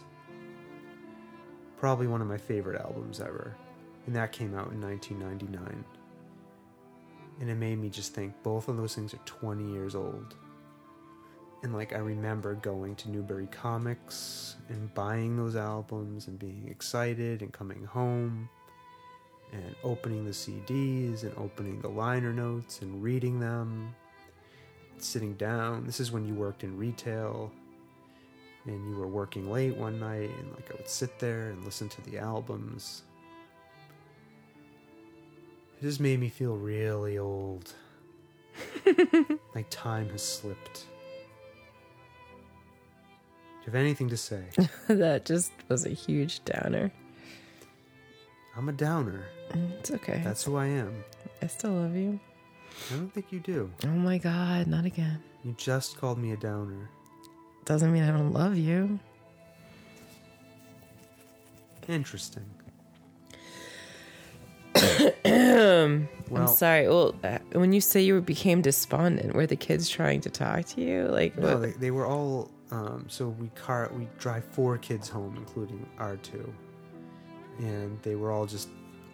S1: Probably one of my favorite albums ever. And that came out in 1999. And it made me just think both of those things are 20 years old. And like, I remember going to Newberry Comics and buying those albums and being excited and coming home and opening the CDs and opening the liner notes and reading them sitting down. This is when you worked in retail and you were working late one night and like I would sit there and listen to the albums. It just made me feel really old. like time has slipped. Do you have anything to say?
S3: that just was a huge downer. Mm,
S1: I'm a downer.
S3: It's okay.
S1: That's who I am.
S3: I still love you.
S1: I don't think you do.
S3: Oh my god, not again.
S1: You just called me a downer.
S3: Doesn't mean I don't love you.
S1: Interesting.
S3: I'm
S1: well,
S3: sorry. Well, uh, when you say you became despondent, were the kids trying to talk to you? Like,
S1: no,
S3: what?
S1: they, they were all. Um, so we car we drive four kids home, including our two, and they were all just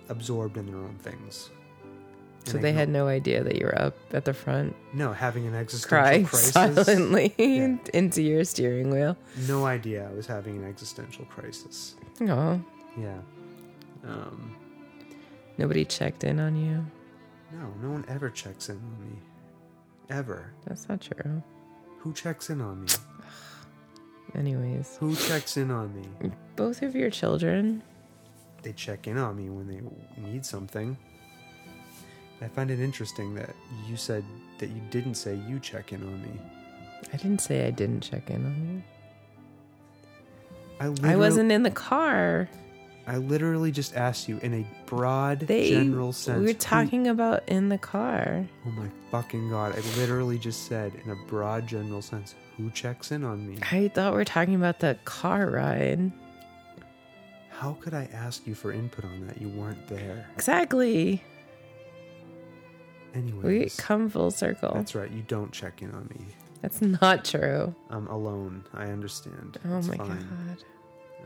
S1: absorbed in their own things. And
S3: so they had
S1: igno-
S3: no idea that you were up at the front
S1: no having an existential
S3: <laughs> crying
S1: crisis.
S3: silently
S1: <laughs> Yeah.
S3: into your steering wheel.
S1: No idea I was having an existential crisis.
S3: Oh,
S1: Yeah. Um,
S3: nobody checked in on you.
S1: no, no one ever checks in on me. Ever.
S3: That's not true.
S1: Who checks in on me?
S3: Anyways,
S1: Who checks in on me?
S3: both of your children.
S1: they check in on me when they need something. I find it interesting that you said that you didn't say you check in on me.
S3: I didn't say I didn't check in on you.
S1: I,
S3: I
S1: literal-
S3: wasn't in the car.
S1: I literally just asked you in a broad,
S3: They
S1: general sense.
S3: We were
S1: who-
S3: talking about in the car.
S1: oh my fucking god! I literally just said in a broad, general sense, who checks in on me?
S3: I thought we were talking about the car ride.
S1: How could I ask you for input on that? You weren't there.
S3: Exactly. We
S1: Anyways,
S3: come full circle.
S1: that's right. You don't check in on me.
S3: That's not true.
S1: I'm alone. I understand.
S3: Oh
S1: It's
S3: my
S1: fine.
S3: god.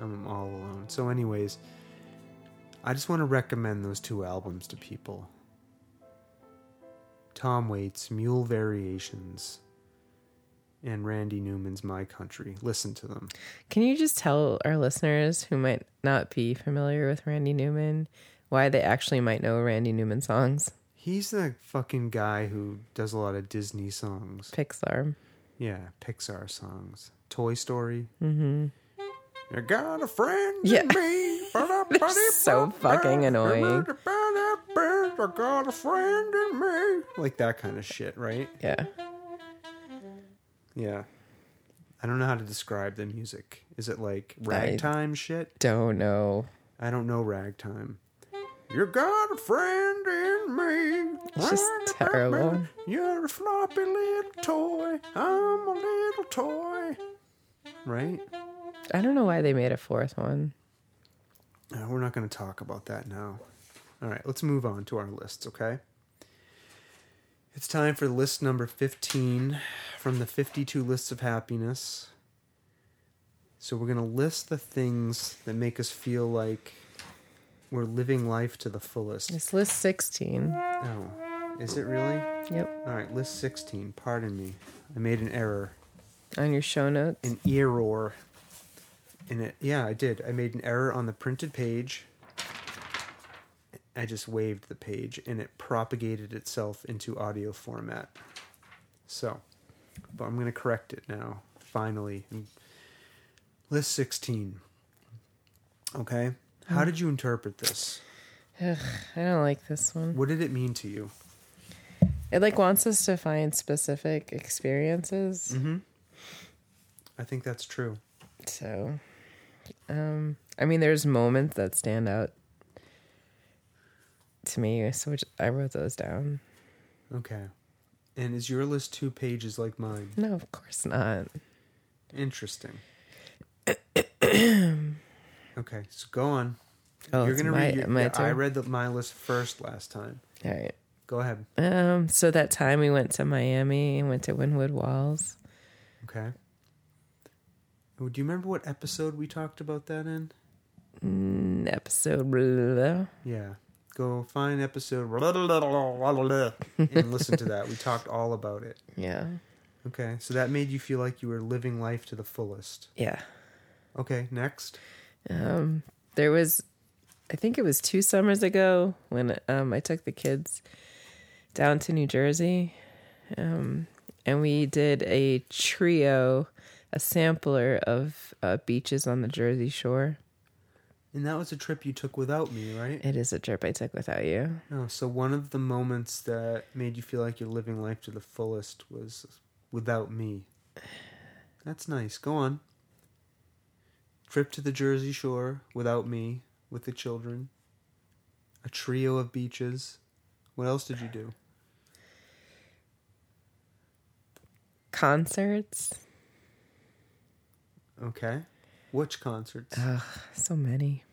S1: I'm all alone. So, anyways, I just want to recommend those two albums to people Tom Waits' Mule Variations and Randy Newman's My Country. Listen to them.
S3: Can you just tell our listeners who might not be familiar with Randy Newman why they actually might know Randy Newman songs?
S1: He's the fucking guy who does a lot of Disney songs.
S3: Pixar.
S1: Yeah, Pixar songs. Toy Story. Mm hmm. You got a friend
S3: Mm-hmm. Yeah.
S1: in me.
S3: <laughs> They're so fucking annoying.
S1: I got a friend in me. Like that kind of shit, right?
S3: Yeah.
S1: Yeah. I don't know how to describe the music. Is it like ragtime shit?
S3: Don't know.
S1: I don't know ragtime. You got a friend in me.
S3: It's just terrible.
S1: You're a floppy little toy. I'm a little toy. Right?
S3: I don't know why they made a fourth one.
S1: Uh, we're not going to talk about that now. All right, let's move on to our lists, okay? It's time for list number 15 from the 52 lists of happiness. So we're going to list the things that make us feel like we're living life to the fullest.
S3: It's list 16.
S1: Oh, is it really?
S3: Yep.
S1: All right, list 16. Pardon me. I made an error.
S3: On your show notes.
S1: An error. In it, yeah, I did. I made an error on the printed page. I just waved the page, and it propagated itself into audio format. So, but I'm gonna correct it now. Finally, list 16. Okay, how did you interpret this?
S3: Ugh, I don't like this one.
S1: What did it mean to you?
S3: It like wants us to find specific experiences.
S1: Mm-hmm. I think that's true.
S3: So, um, I mean, there's moments that stand out to me, so which I wrote those down.
S1: Okay, and is your list two pages like mine?
S3: No, of course not.
S1: Interesting. okay, so go on.
S3: Oh,
S1: You're
S3: it's
S1: gonna
S3: my,
S1: read. Your,
S3: my
S1: yeah, I
S3: turn.
S1: read the, my list first last time.
S3: All right.
S1: Go ahead.
S3: Um, so that time we went to Miami and went to Wynwood Walls.
S1: Okay. Oh, Do you remember what episode we talked about that in?
S3: Mm, Episode blah, blah, blah.
S1: Yeah. Go find episode <laughs> and listen to that. We talked all about it.
S3: Yeah.
S1: Okay, so that made you feel like you were living life to the fullest.
S3: Yeah.
S1: Okay, next.
S3: Um, there was, I think it was two summers ago when um, I took the kids down to New Jersey. Um, and we did a trio, a sampler of uh, beaches on the Jersey Shore.
S1: And that was a trip you took without me, right?
S3: It is a trip I took without you.
S1: No, Oh, so one of the moments that made you feel like you're living life to the fullest was without me. That's nice. Go on. Trip to the Jersey Shore without me, with the children. A trio of beaches. What else did you do?
S3: Concerts,
S1: Okay. Which concerts?
S3: Uh, so many.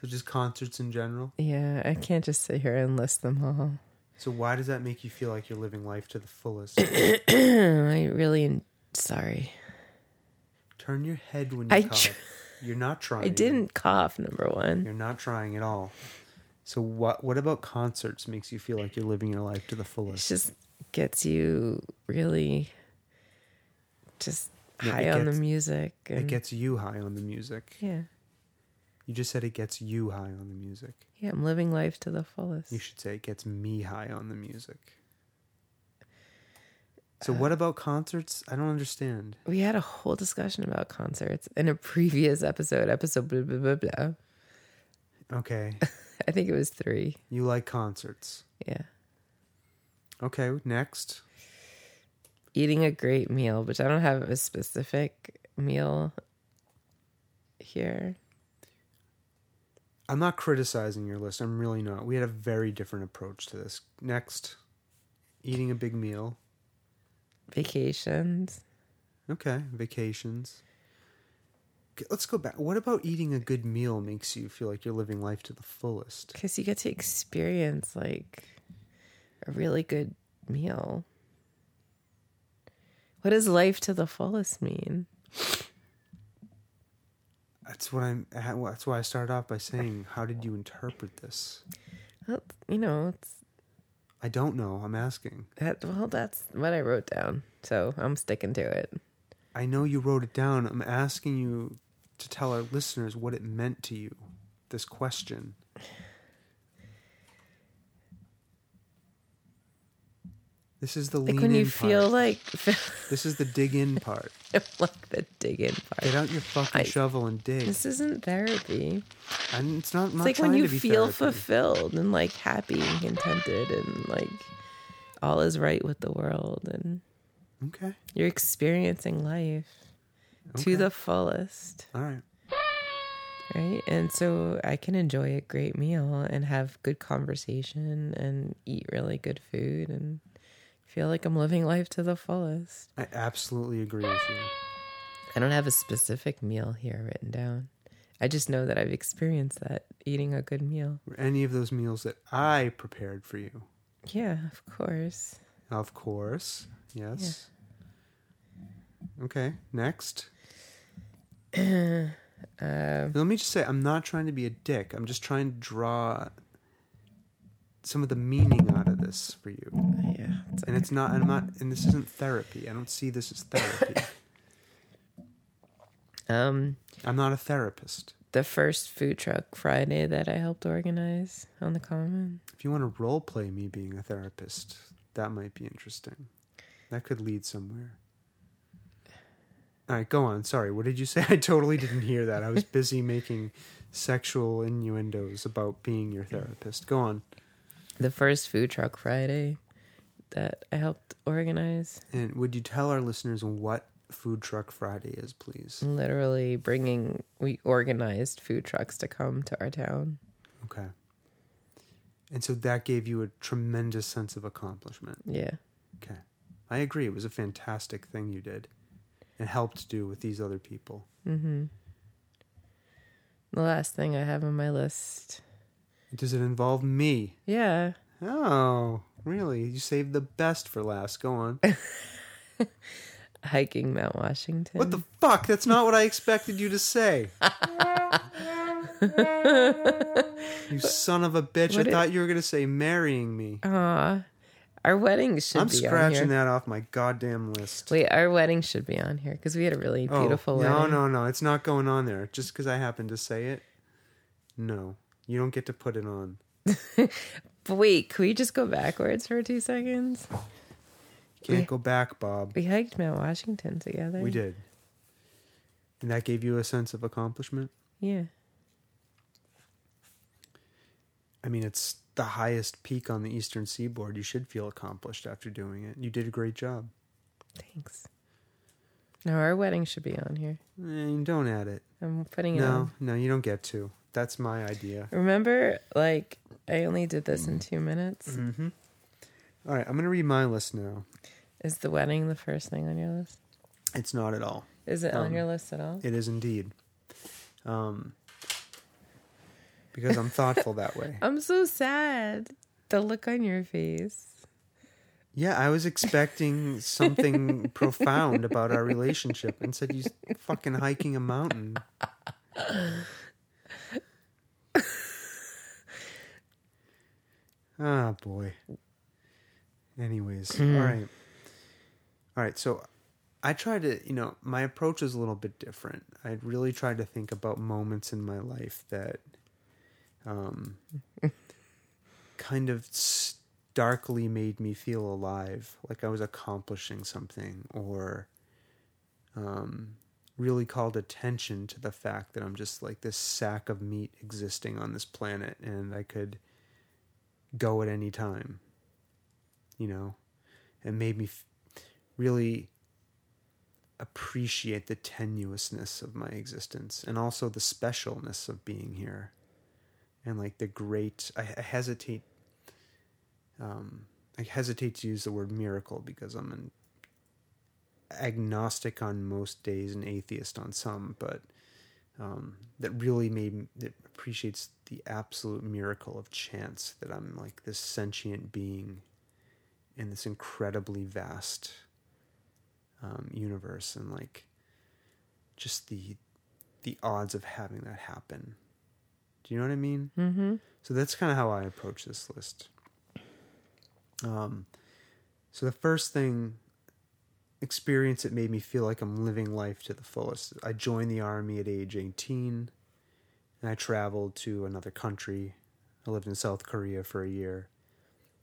S1: So just concerts in general.
S3: Yeah, I can't just sit here and list them all.
S1: So why does that make you feel like you're living life to the
S3: <coughs>
S1: fullest?
S3: <clears throat> I really am sorry.
S1: Turn your head when you
S3: I
S1: cough.
S3: tr-
S1: you're not trying.
S3: I didn't cough, number one.
S1: You're not trying at all. So what what about concerts makes you feel like you're living your life to the
S3: It
S1: fullest?
S3: just gets you really just
S1: Yeah, it
S3: high on the
S1: gets-
S3: music.
S1: It
S3: and-
S1: gets you high on the music.
S3: yeah.
S1: You just said it gets you high on the music.
S3: Yeah, I'm living life to the fullest.
S1: You should say it gets me high on the music. So what about concerts? I don't understand.
S3: We had a whole discussion about concerts in a <laughs> previous episode, episode blah, blah, blah, blah.
S1: Okay.
S3: I think it was three.
S1: you like concerts.
S3: Yeah.
S1: Okay, next.
S3: Eating a great meal, which I don't have a specific meal here.
S1: I'm not criticizing your list. I'm really not. We had a very different approach to this. Next, eating a big meal.
S3: Vacations.
S1: Okay, vacations. K- Let's go back. What about eating a good meal makes you feel like you're living life to the fullest?
S3: Because you get to experience like a really good meal. What does life to the fullest mean?
S1: That's what I'm. ha- That's why I started off by saying, "How did you interpret this?"
S3: Well, you know, it's
S1: I don't know. I'm asking.
S3: that. Well, that's what I wrote down, so I'm sticking to it.
S1: I know you wrote it down. I'm asking you to tell our listeners what it meant to you. This question. This is the lean
S3: Like when
S1: in
S3: you
S1: part.
S3: feel like, <laughs>
S1: this is the dig in part.
S3: like the digging part.
S1: Get out your fucking
S3: I-
S1: shovel and dig.
S3: This isn't therapy.
S1: And it's not. I'm not
S3: It's like when
S1: trying
S3: you
S1: to be
S3: feel
S1: therapy.
S3: fulfilled and like happy and contented and like all is right with the world and
S1: Okay.
S3: you're experiencing life
S1: Okay.
S3: to the fullest.
S1: All right.
S3: right? And so I can enjoy a great meal and have good conversation and eat really good food and feel like I'm living life to the fullest.
S1: I absolutely agree with you.
S3: I don't have a specific meal here written down. I just know that I've experienced that eating a good meal.
S1: Were any of those meals that I prepared for you?
S3: Yeah, of course.
S1: Of course. Yes. Okay.
S3: <clears throat>
S1: Next.
S3: Um,
S1: Let me just say, I'm not trying to be a dick. I'm just trying to draw some of the meaning out of this for you.
S3: Yeah. it's-
S1: And it's not. I'm not. And this isn't therapy. I don't see this as
S3: <laughs>
S1: therapy.
S3: Um,
S1: I'm not a therapist.
S3: the first food truck Friday that I helped organize on the common.
S1: If you want to role play me being a therapist, that might be interesting. That could lead somewhere. All right, go on. Sorry, what did you say? <laughs> I totally didn't hear that. I <laughs> was busy making sexual innuendos about being your therapist. Go on.
S3: The first food truck Friday that I helped organize.
S1: And would you tell our listeners what Food Truck Friday is, please?
S3: literally bringing we organized food trucks to come to our town
S1: Okay. And so that gave you a tremendous sense of accomplishment.
S3: yeah
S1: Okay. I agree. It was a fantastic thing you did and helped do with these other people.
S3: the last thing i have on my list
S1: Does it involve me?
S3: yeah
S1: Oh, really? You saved the best for last. Go
S3: <laughs>
S1: on.
S3: hiking mount washington
S1: What the fuck? That's not what I expected you to
S3: <laughs>
S1: say. you son of a bitch.
S3: What
S1: I
S3: it-
S1: thought you were going to say marrying me.
S3: Aw. our wedding should
S1: I'm
S3: be
S1: scratching
S3: on here
S1: that off my goddamn list.
S3: wait our wedding should be on here because we had a really beautiful
S1: oh, No,
S3: wedding
S1: no, no. It's not going on there. Just because I happened to say it. No. You don't get to put it on.
S3: but wait can we just go backwards for two seconds
S1: Can't go back, Bob.
S3: We hiked Mount Washington together.
S1: We did. And that gave you a sense of accomplishment?
S3: Yeah.
S1: I mean, it's the highest peak on the eastern seaboard. You should feel accomplished after doing it. You did a great job.
S3: Thanks. No, our wedding should be on here.
S1: And Eh, don't add it.
S3: I'm putting it
S1: No,
S3: on.
S1: no, you don't get to. That's my idea.
S3: Remember, like, I only did this
S1: Mm-hmm.
S3: in two minutes.
S1: All right, I'm going to read my list now.
S3: Is the wedding the first thing on your list?
S1: It's not at all.
S3: Is it on
S1: Um,
S3: your list at all?
S1: It is indeed. Um, because I'm thoughtful that way.
S3: I'm so sad. The look on your face. <laughs>
S1: Yeah, I was expecting something profound about our relationship. Instead, you s- fucking hiking a mountain. <laughs> Ah, boy. Anyways, all right. All right, so I tried to, you know, my approach is a little bit different. I really tried to think about moments in my life that um, kind of starkly made me feel alive, like I was accomplishing something, or um, really called attention to the fact that I'm just like this sack of meat existing on this planet and I could go at any time, you know? It made me f- really appreciate the tenuousness of my existence and also the specialness of being here and like the great I, I hesitate um I hesitate to use the word miracle because I'm an agnostic on most days and atheist on some, but um that really made m- that appreciates the absolute miracle of chance that I'm like this sentient being in this incredibly vast um, universe and like just the the odds of having that happen. Do you know what I mean? Mm-hmm. So that's kind of how I approach this list. Um, so the first thing, experience that made me feel like I'm living life to the fullest. I joined the army at age 18, and I traveled to another country. I lived in South Korea for a year,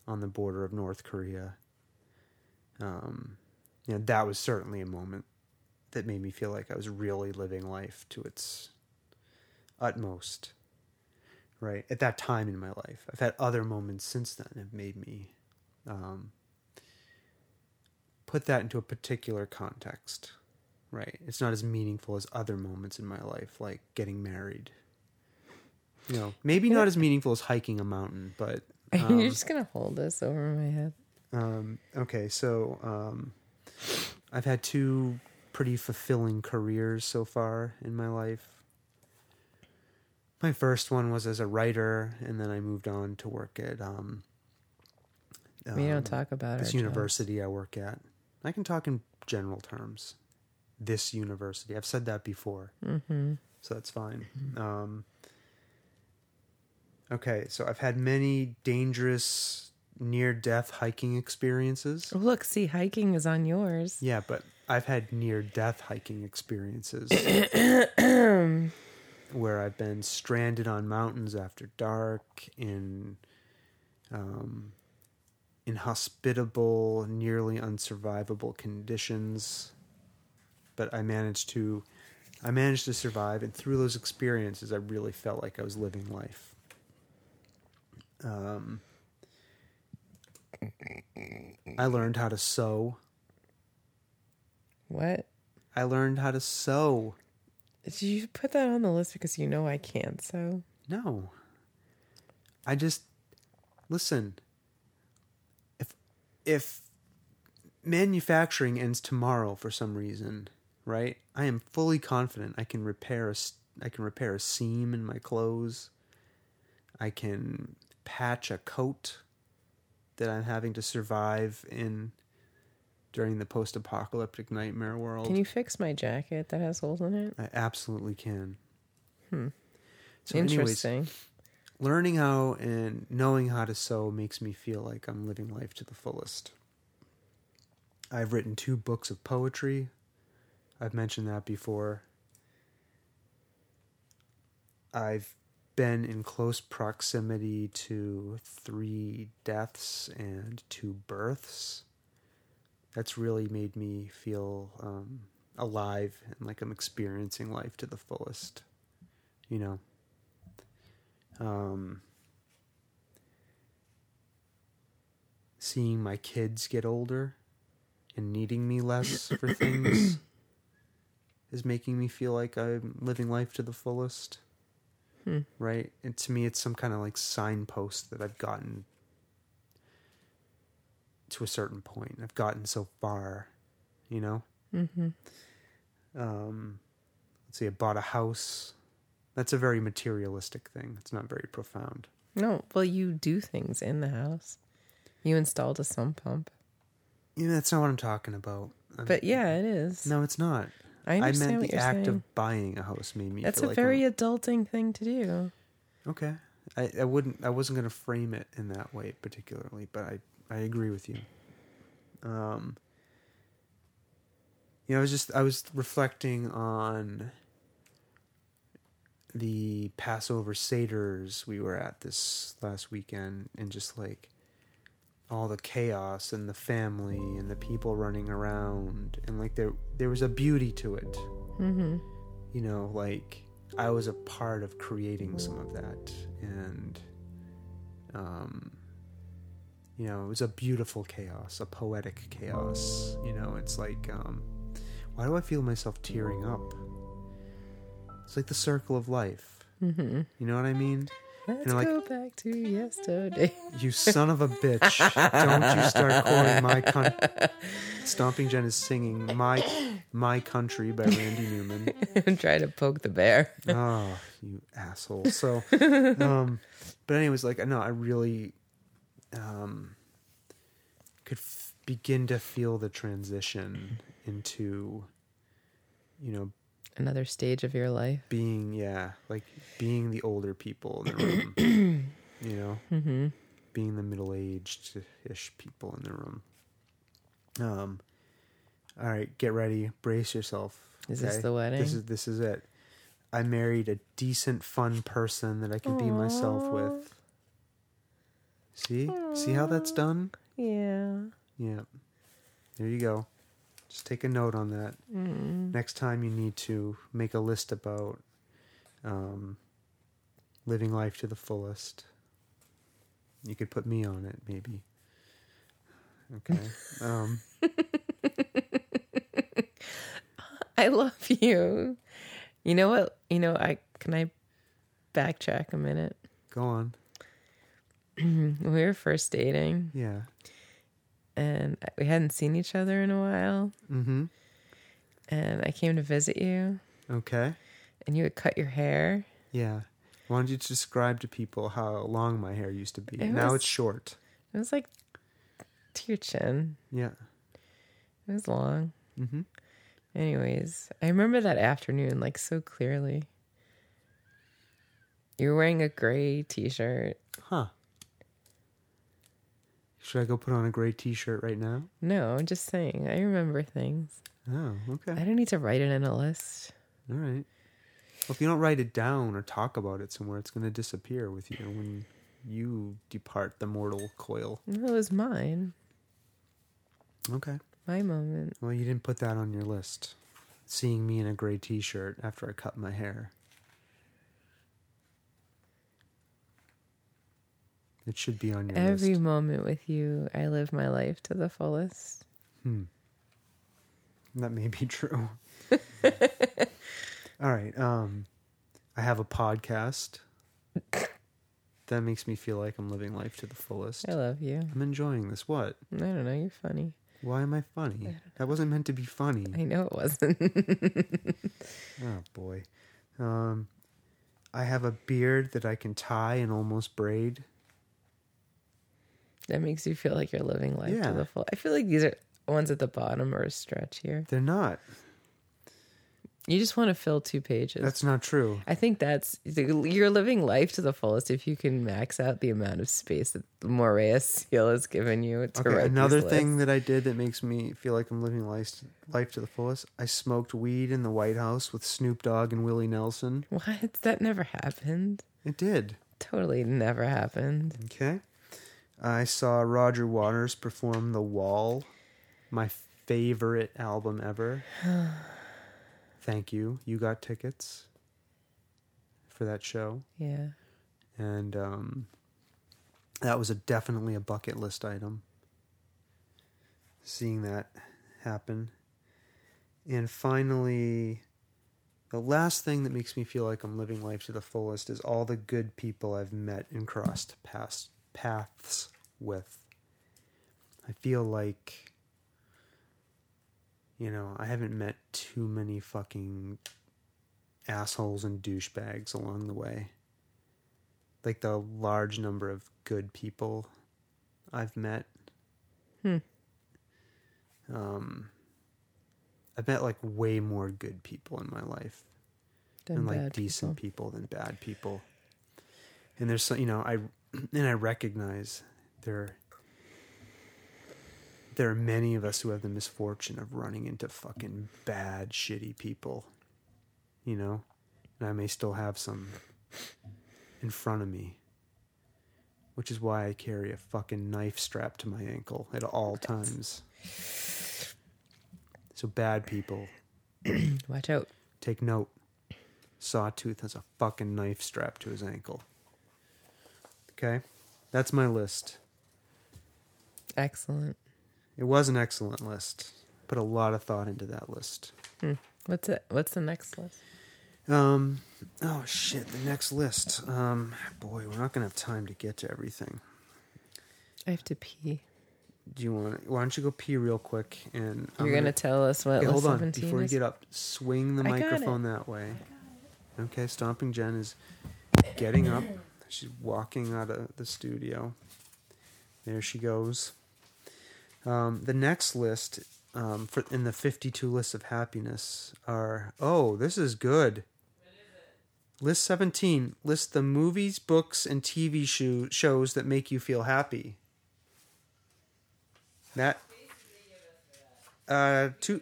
S1: on the border of North Korea. Um, you know, that was certainly a moment that made me feel like I was really living life to its utmost right at that time in my life i've had other moments since then have made me um, put that into a particular context right it's not as meaningful as other moments in my life like getting married you know maybe not as meaningful as hiking a mountain but
S3: You're just gonna hold this over my head.
S1: um, okay, so um, I've had two pretty fulfilling careers so far in my life. My first one was as a writer, and then I moved on to work at um,
S3: We
S1: um,
S3: don't talk about
S1: this
S3: our
S1: university I work at. I can talk in general terms. This university, I've said that before, mm-hmm. so that's fine. Um, okay, so I've had many dangerous, near-death hiking experiences.
S3: jobs. Look, see, hiking is on yours.
S1: Yeah, but I've had near death hiking experiences where I've been stranded on mountains after dark in um, inhospitable, nearly unsurvivable conditions. But I managed to I managed to survive and through those experiences I really felt like I was living life. Um, I learned how to sew.
S3: What?
S1: I learned how to sew.
S3: Did you put that on the list because you know I can't sew?
S1: No. I just listen. If if manufacturing ends tomorrow for some reason, right? I am fully confident I can repair a s- I can repair a seam in my clothes. I can patch a coat that I'm having to survive in during the post-apocalyptic nightmare world.
S3: Can you fix my jacket that has holes in it?
S1: I absolutely can. Hmm. So anyways,
S3: Interesting.
S1: learning how and knowing how to sew makes me feel like I'm living life to the fullest. I've written two books of poetry. I've mentioned that before. I've been in close proximity to three deaths and two births. that's really made me feel um, alive and like I'm experiencing life to the fullest. You know. Um, seeing my kids get older and needing me less for things is making me feel like I'm living life to the fullest. Right? And to me, it's some kind of like signpost that I've gotten to a certain point. I've gotten so far, you know? Mm-hmm. Um, let's see, I bought a house. That's a very materialistic thing, it's not very profound.
S3: No, well, you do things in the house. You installed a sump pump.
S1: You know, that's not what I'm talking about. I'm-
S3: But yeah, it is.
S1: No, it's not.
S3: I understand
S1: meant
S3: what
S1: the
S3: you're
S1: act
S3: saying.
S1: of buying a house made me.
S3: That's
S1: feel
S3: a
S1: like
S3: very
S1: I'm-
S3: adulting thing to do.
S1: okay. I, I wouldn't. I wasn't going to frame it in that way particularly, but I I agree with you. Um. You know, I was just I was reflecting on the Passover Seder's we were at this last weekend, and just like all the chaos and the family and the people running around, and like there there was a beauty to it. you know, like I was a part of creating some of that, and um, you know, it was a beautiful chaos, a poetic chaos. You know, it's like, um, why do I feel myself tearing up? It's like the circle of life. Mm-hmm. You know what I mean?
S3: Let's
S1: know, like-
S3: go back
S1: <laughs>
S3: to yesterday.
S1: You son of a bitch! Don't you start quoting my con- Stomping Jen is singing my my country by Randy Newman.
S3: Try to poke the bear.
S1: oh, you asshole. So, um, but anyways, like, I know I really, um, could f- begin to feel the transition into, you know,
S3: Another stage of your life.
S1: being, yeah, like being the older people in the room,
S3: <clears throat>
S1: you know, mm-hmm. being the middle aged ish people in the room. Um, all right, get ready, brace yourself.
S3: Is this the wedding?
S1: This is this is it. I married a decent, fun person that I can be myself with. See, see how that's done?
S3: Yeah.
S1: Yeah. There you go. Just take a note on that.
S3: Mm-hmm.
S1: Next time you need to make a list about um, living life to the fullest. You could put me on it, maybe.
S3: <laughs>
S1: Okay. Um,
S3: I love you. You know what? You know, I can I backtrack a minute.
S1: go on.
S3: When we were first dating
S1: Yeah.
S3: and we hadn't seen each other in a while
S1: Mm-hmm.
S3: and I came to visit you
S1: Okay.
S3: and you had cut your hair.
S1: Yeah. Why don't you describe to people how long my hair used to be?
S3: It
S1: now
S3: was-
S1: it's short.
S3: It was like to your chin.
S1: Yeah.
S3: It was long.
S1: Mhm.
S3: Anyways, I remember that afternoon like so clearly. You were wearing a gray t-shirt.
S1: Huh. Should I go put on a gray t-shirt right now?
S3: No, I'm just saying. I remember things.
S1: Oh, okay.
S3: I don't need to write it in a list.
S1: All right. Well, if you don't write it down or talk about it somewhere, it's going to disappear with you when you depart the mortal coil.
S3: No, It was mine.
S1: Okay.
S3: My moment.
S1: Well, you didn't put that on your list. Seeing me in a gray t-shirt after I cut my hair. It should be on your
S3: Every
S1: list.
S3: moment with you, I live my life to the fullest.
S1: That may be
S3: <laughs>
S1: true. All right. Um, I have a podcast. That makes me feel like I'm living life to the fullest.
S3: I love you.
S1: I'm enjoying this. What?
S3: I don't know. You're funny.
S1: Why am I funny? That wasn't meant to be funny.
S3: I know it wasn't. <laughs>
S1: Oh boy. Um, I have a beard that I can tie and almost braid.
S3: that makes you feel like you're living life
S1: Yeah.
S3: to the full. I feel like these are ones at the bottom are a stretch here.
S1: They're not.
S3: You just want to fill two pages.
S1: That's not true.
S3: I think that's you're living life to the fullest if you can max out the amount of space that Morea Seal has given you to
S1: Okay.
S3: write
S1: Another
S3: these
S1: thing
S3: lists.
S1: that I did that makes me feel like I'm living life life to the fullest. I smoked weed in the White House with Snoop Dogg and Willie Nelson.
S3: <laughs> What? That never happened.
S1: It did.
S3: Totally never happened.
S1: Okay. I saw Roger Waters perform The Wall my favorite album ever. Thank you. You got tickets for that show,
S3: Yeah.
S1: and um, that was a definitely a bucket list item. Seeing that happen, and finally, the last thing that makes me feel like I'm living life to the fullest is all the good people I've met and crossed past paths with. I feel like you know, I haven't met too many fucking assholes and douchebags along the way. Like the large number of good people I've met. Hmm. Um, I've met like way more good people in my life
S3: Done
S1: and like
S3: bad
S1: decent
S3: people.
S1: people. than bad people. And there's so you know I <clears throat> and I recognize there there are many of us who have the misfortune of running into fucking bad shitty people, you know, and I may still have some in front of me. Which is why I carry a fucking knife strapped to my ankle at all times. So bad people,
S3: Watch out.
S1: Take note. Sawtooth has a fucking knife strapped to his ankle. Okay? That's my list.
S3: Excellent.
S1: It was an excellent list. Put a lot of thought into that list.
S3: What's it? What's the next list?
S1: Um oh shit, the next list. Um boy, we're not gonna have time to get to everything.
S3: I have to pee.
S1: Do you want why don't you go pee real quick and I'm
S3: You're gonna, tell us what
S1: Okay,
S3: list
S1: hold on.
S3: 17
S1: Before you
S3: is?
S1: get up, swing the
S3: I got it.
S1: microphone that way. Okay, Stomping Jen is getting up. She's walking out of the studio. There she goes. Um, the next list um, for, in the 52 lists of happiness are oh, this is good. List 17 lists the movies, books, and TV sho- shows that make you feel happy. That. Uh, two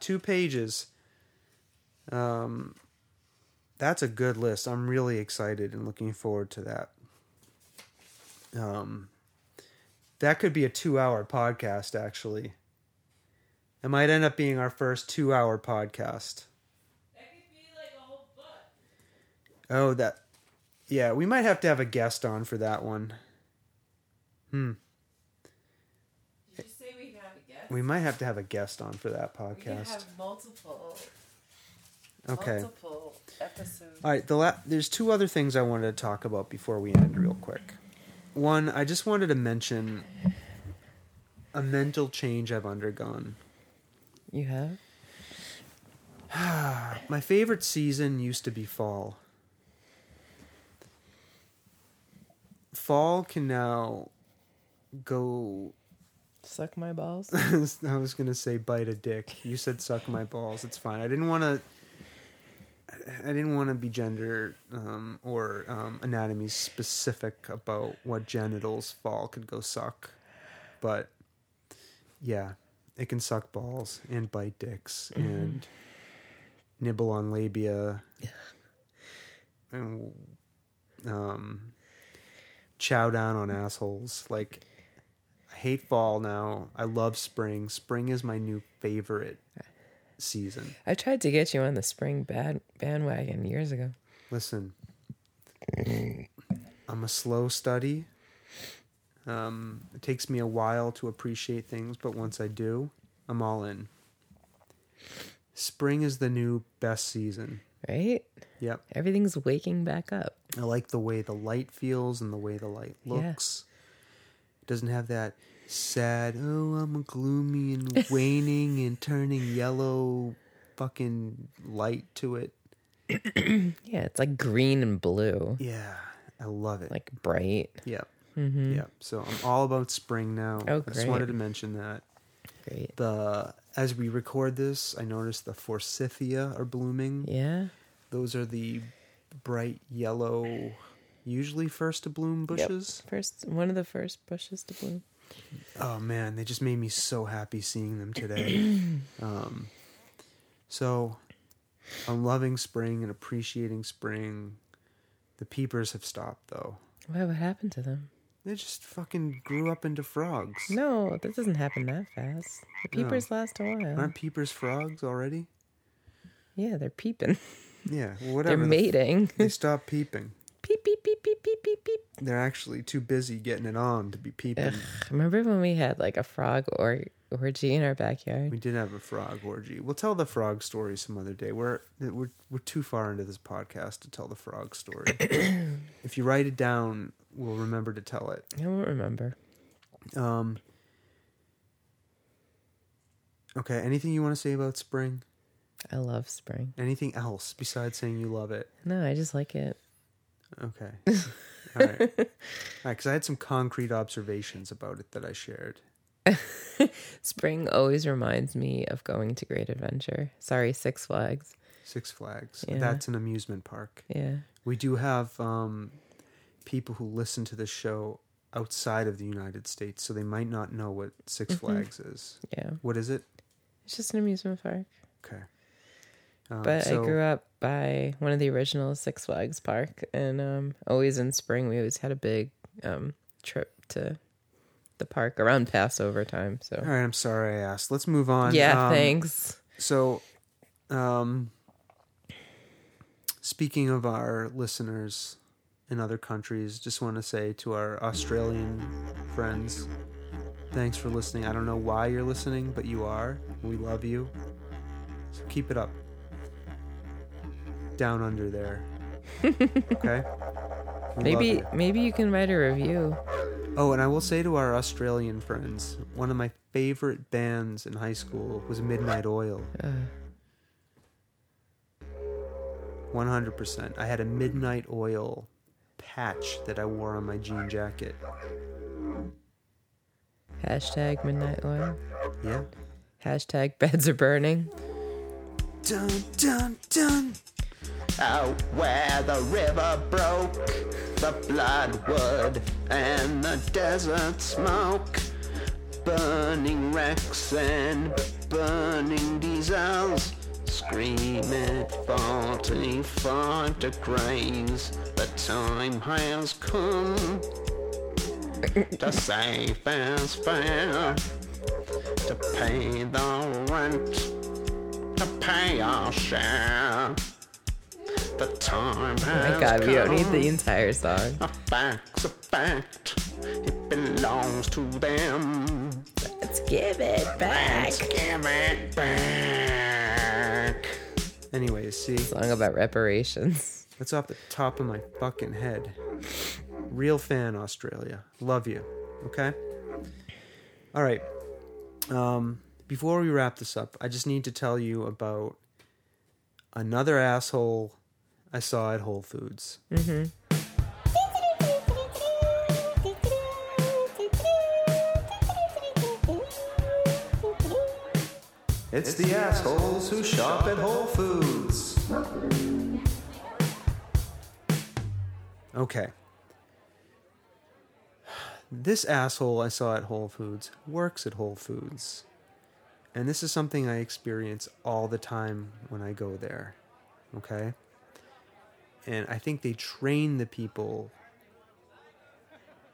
S1: two pages. Um, that's a good list. I'm really excited and looking forward to that. Um, that could be a two-hour podcast, actually. It might end up being our first two-hour podcast. Oh, that. Yeah, we might have to have a guest on for that one. Hmm.
S6: Did you say we can have a guest?
S1: We might have to have a guest on for that
S6: We can
S1: podcast.
S6: have multiple,
S1: okay.
S6: multiple episodes.
S1: All right, the la- there's two other things I wanted to talk about before we end real quick. One, I just wanted to mention a mental change I've undergone. <sighs>
S3: You have?
S1: My favorite season used to be fall. Fall can now go
S3: Suck my balls.
S1: <laughs>
S3: <laughs>
S1: I was gonna say bite a dick. You said suck my balls. It's fine. I didn't want to. I didn't want to be gender um, or um, anatomy specific about what genitals fall could go suck, but yeah, it can suck balls and bite dicks and nibble on labia and um, chow down on assholes. Like I hate fall now. I love spring. Spring is my new favorite season.
S3: I tried to get you on the spring bad bandwagon years ago.
S1: Listen, I'm a slow study. Um, it takes me a while to appreciate things, but once I do, I'm all in. Spring is the new best season.
S3: Right?
S1: Yep.
S3: Everything's waking back up.
S1: I like the way the light feels and the way the light
S3: Yeah.
S1: looks. It doesn't have that sad, oh, I'm gloomy and
S3: <laughs>
S1: waning and turning yellow fucking light to it.
S3: Yeah, it's like green and blue,
S1: Yeah, I love it.
S3: like bright.
S1: yep. Yep. So I'm all about spring now.
S3: Oh,
S1: I just
S3: great.
S1: wanted to mention that.
S3: Great.
S1: The as we record this, I noticed the forsythia are blooming.
S3: Yeah.
S1: Those are the bright yellow, usually first to bloom bushes.
S3: Yep. First, one of the first bushes to bloom.
S1: Oh man, they just made me so happy seeing them today.
S3: <clears throat>
S1: um, so I'm loving spring and appreciating spring. The peepers have stopped though.
S3: Why? What happened to them?
S1: They just fucking grew up into frogs.
S3: No, that doesn't happen that fast. The peepers last a while.
S1: Aren't peepers frogs already?
S3: Yeah, they're peeping.
S1: Yeah, well, whatever.
S3: <laughs> They're
S1: the f-
S3: mating. <laughs>
S1: they stop peeping.
S3: peep, peep, peep, peep, peep, peep, peep.
S1: They're actually too busy getting it on to be peeping.
S3: Remember when we had like a frog or orgy in our backyard?
S1: We did have a frog orgy. We'll tell the frog story some other day. We're we're we're too far into this podcast to tell the frog story. if you write it down, we'll remember to tell it.
S3: I don't remember.
S1: Um, okay. Anything you want to say about spring?
S3: I love spring.
S1: Anything else besides saying you love it?
S3: No, I just like it.
S1: Okay. All right. All right. Because I had some concrete observations about it that I shared.
S3: Spring always reminds me of going to Great Adventure. Sorry, Six Flags.
S1: Six Flags.
S3: Yeah.
S1: That's an amusement park.
S3: Yeah.
S1: We do have um, people who listen to this show outside of the United States, so they might not know what 6
S3: Mm-hmm.
S1: Flags is.
S3: Yeah.
S1: What is it?
S3: It's just an amusement park.
S1: Okay. Um,
S3: But
S1: so-
S3: I grew up by one of the original Six Flags park, and um, always in spring we always had a big um, trip to the park around Passover time. So
S1: All right, I'm sorry I asked. Let's move on.
S3: yeah,
S1: Um,
S3: thanks.
S1: So, um, speaking of our listeners in other countries, just want to say to our Australian friends, thanks for listening. I don't know why you're listening, but you are. We love you. So keep it up. Down under there. okay? We love
S3: Maybe
S1: you.
S3: maybe you can write a review.
S1: Oh, and I will say to our Australian friends, one of my favorite bands in high school was Midnight Oil. One hundred percent. I had a Midnight Oil patch that I wore on my jean jacket.
S3: Hashtag midnight oil.
S1: Yeah.
S3: Hashtag <laughs> beds are burning.
S1: Dun dun dun.
S7: Oh, where the river broke, the bloodwood and the desert smoke, burning wrecks and burning diesels, screaming 45 degrees. The time has come to save us fair, to pay the rent, to pay our share. The time
S3: Oh
S7: has
S3: my God, we don't need
S7: come.
S3: the entire song.
S7: A fact's a fact. It belongs to them.
S3: Let's give it back.
S7: Let's give it back.
S1: Anyways, see,
S3: Song about reparations. <laughs>
S1: that's off the top of my fucking head. Real fan, Australia. Love you. Okay. All right. Um, before we wrap this up, I just need to tell you about another asshole I saw at Whole Foods. It's the assholes who shop at Whole Foods. Okay. This asshole I saw at Whole Foods works at Whole Foods. And this is something I experience all the time when I go there. Okay? And I think they train the people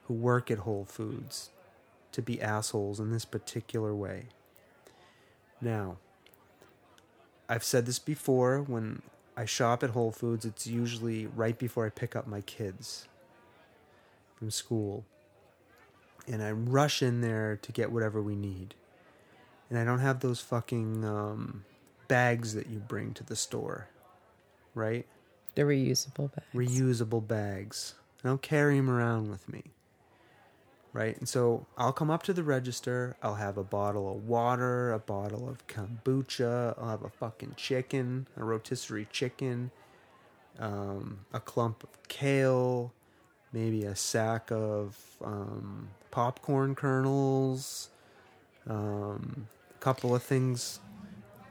S1: who work at Whole Foods to be assholes in this particular way. Now, I've said this before when I shop at Whole Foods, it's usually right before I pick up my kids from school. And I rush in there to get whatever we need. And I don't have those fucking um, bags that you bring to the store, right?
S3: The reusable bags.
S1: reusable bags. I don't carry them around with me. Right? And so I'll come up to the register. I'll have a bottle of water, a bottle of kombucha. I'll have a fucking chicken, a rotisserie chicken, um, a clump of kale, maybe a sack of um, popcorn kernels, um, a couple of things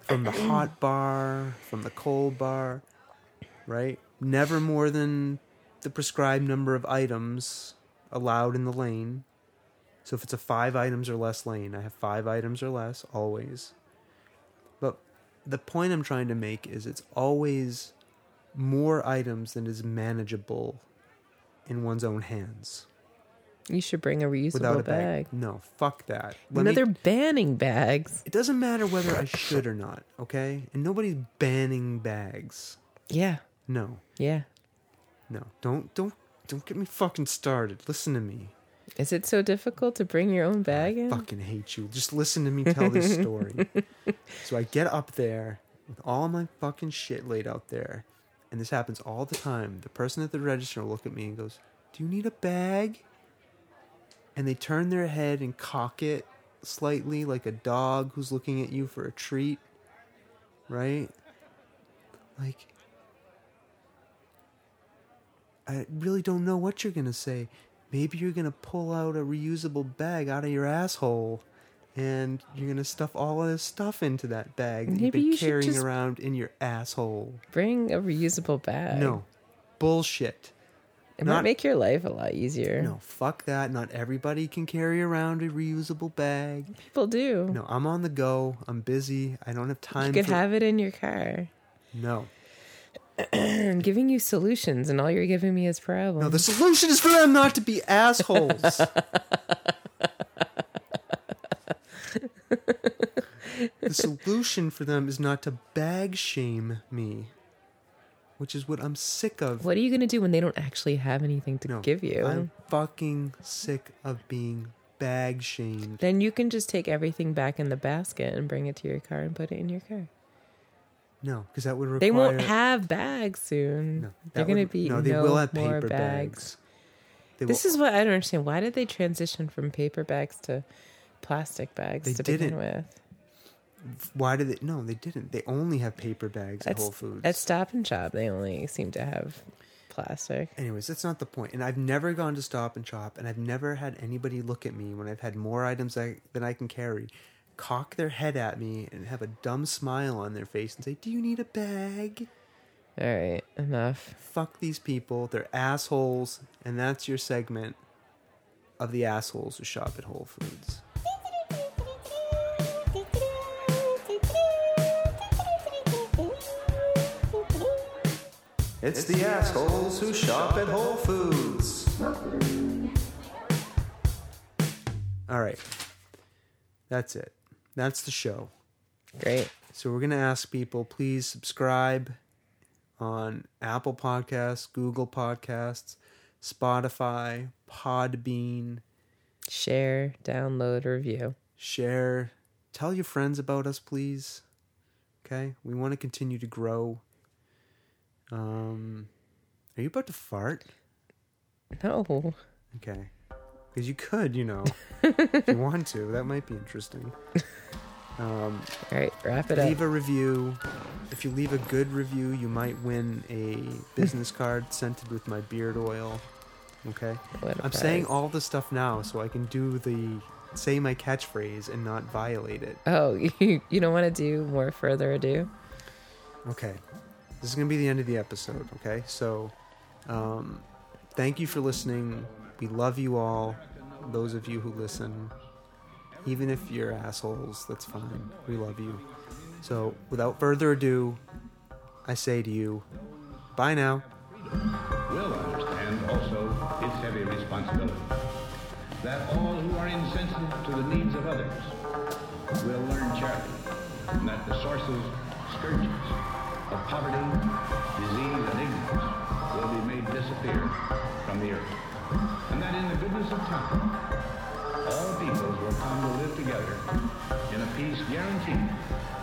S1: from the hot bar, from the cold bar right? Never more than the prescribed number of items allowed in the lane. So if it's a five items or less lane, I have five items or less always. But the point I'm trying to make is it's always more items than is manageable in one's own hands.
S3: You should bring a reusable
S1: without a bag.
S3: bag.
S1: No, fuck that. Let me-
S3: Another banning bags.
S1: it doesn't matter whether I should or not, okay? And nobody's banning bags.
S3: Yeah.
S1: No,
S3: Yeah.
S1: no, don't, don't, don't get me fucking started. Listen to me.
S3: Is it so difficult to bring your own bag in?
S1: fucking hate you. Just listen to me tell this story. so I get up there with all my fucking shit laid out there. And this happens all the time. The person at the register will look at me and goes, Do you need a bag? And they turn their head and cock it slightly like a dog who's looking at you for a treat. Right? Like, I really don't know what you're gonna say. Maybe you're gonna pull out a reusable bag out of your asshole, and you're gonna stuff all of this stuff into that bag that you've
S3: Maybe
S1: been
S3: you should
S1: carrying
S3: just-
S1: around in your asshole.
S3: Bring a reusable bag.
S1: No, bullshit.
S3: It
S1: not-
S3: might make your life a lot easier.
S1: No, fuck that. Not everybody can carry around a reusable bag.
S3: People do.
S1: No, I'm on the go. I'm busy. I don't have time.
S3: Mm-hmm. you could
S1: for...
S3: have it in your car. <clears throat>
S1: no.
S3: I'm giving you solutions, and all you're giving me is problems.
S1: No, the solution is for them not to be
S3: <laughs>
S1: assholes. the solution for them is not to bag shame me, which is what I'm sick of.
S3: What are you going to do when they don't actually have anything to give you?
S1: I'm fucking sick of being bag shamed.
S3: Then you can just take everything back in the basket and bring it to your car and put it in your car.
S1: No, because that would require.
S3: They won't have bags soon.
S1: No, that
S3: They're going to
S1: would-
S3: be
S1: No, they will have
S3: more
S1: paper
S3: bags.
S1: bags. They
S3: This
S1: will-
S3: is what I don't understand. Why did they transition from paper bags to plastic bags
S1: They
S3: to begin
S1: didn't.
S3: with?
S1: why did they? No, they didn't. They only have paper bags at
S3: That's-
S1: Whole Foods.
S3: At Stop and Shop, they only seem to have plastic.
S1: Anyways, that's not the point. And I've never gone to Stop and Shop, and I've never had anybody look at me when I've had more items I, than I can carry, cock their head at me and have a dumb smile on their face and say, "Do you need a bag?"
S3: All right, enough.
S1: Fuck these people. They're assholes, and that's your segment of the assholes who shop at Whole Foods. It's the assholes who shop at Whole Foods. All right. That's it. That's the show.
S3: Great.
S1: So we're going to ask people please subscribe on Apple Podcasts, Google Podcasts, Spotify, Podbean,
S3: Share, download, review.
S1: share, tell your friends about us, please. Okay? We want to continue to grow. Um are you about to fart?
S3: No.
S1: Okay. Because you could, you know, if you want to. That might be interesting. Um,
S3: All right, wrap it
S1: leave
S3: up.
S1: a review. If you leave a good review, you might win a business card scented with my beard oil. Okay?
S3: What a
S1: I'm saying
S3: prize.
S1: all this stuff now so I can do the say my catchphrase and not violate it.
S3: Oh, <laughs> you, you don't want to do more further ado?
S1: Okay. This is going to be the end of the episode, okay? So, um, thank you for listening. We love you all, those of you who listen. Even if you're assholes, that's fine. We love you. So, without further ado, I say to you, bye now.
S8: will understand also its heavy responsibility. That all who are insensitive to the needs of others will learn charity, and that the sources, scourges of poverty, disease, and ignorance will be made disappear from the earth. And that in the goodness of time, all peoples will come to live together in a peace guaranteed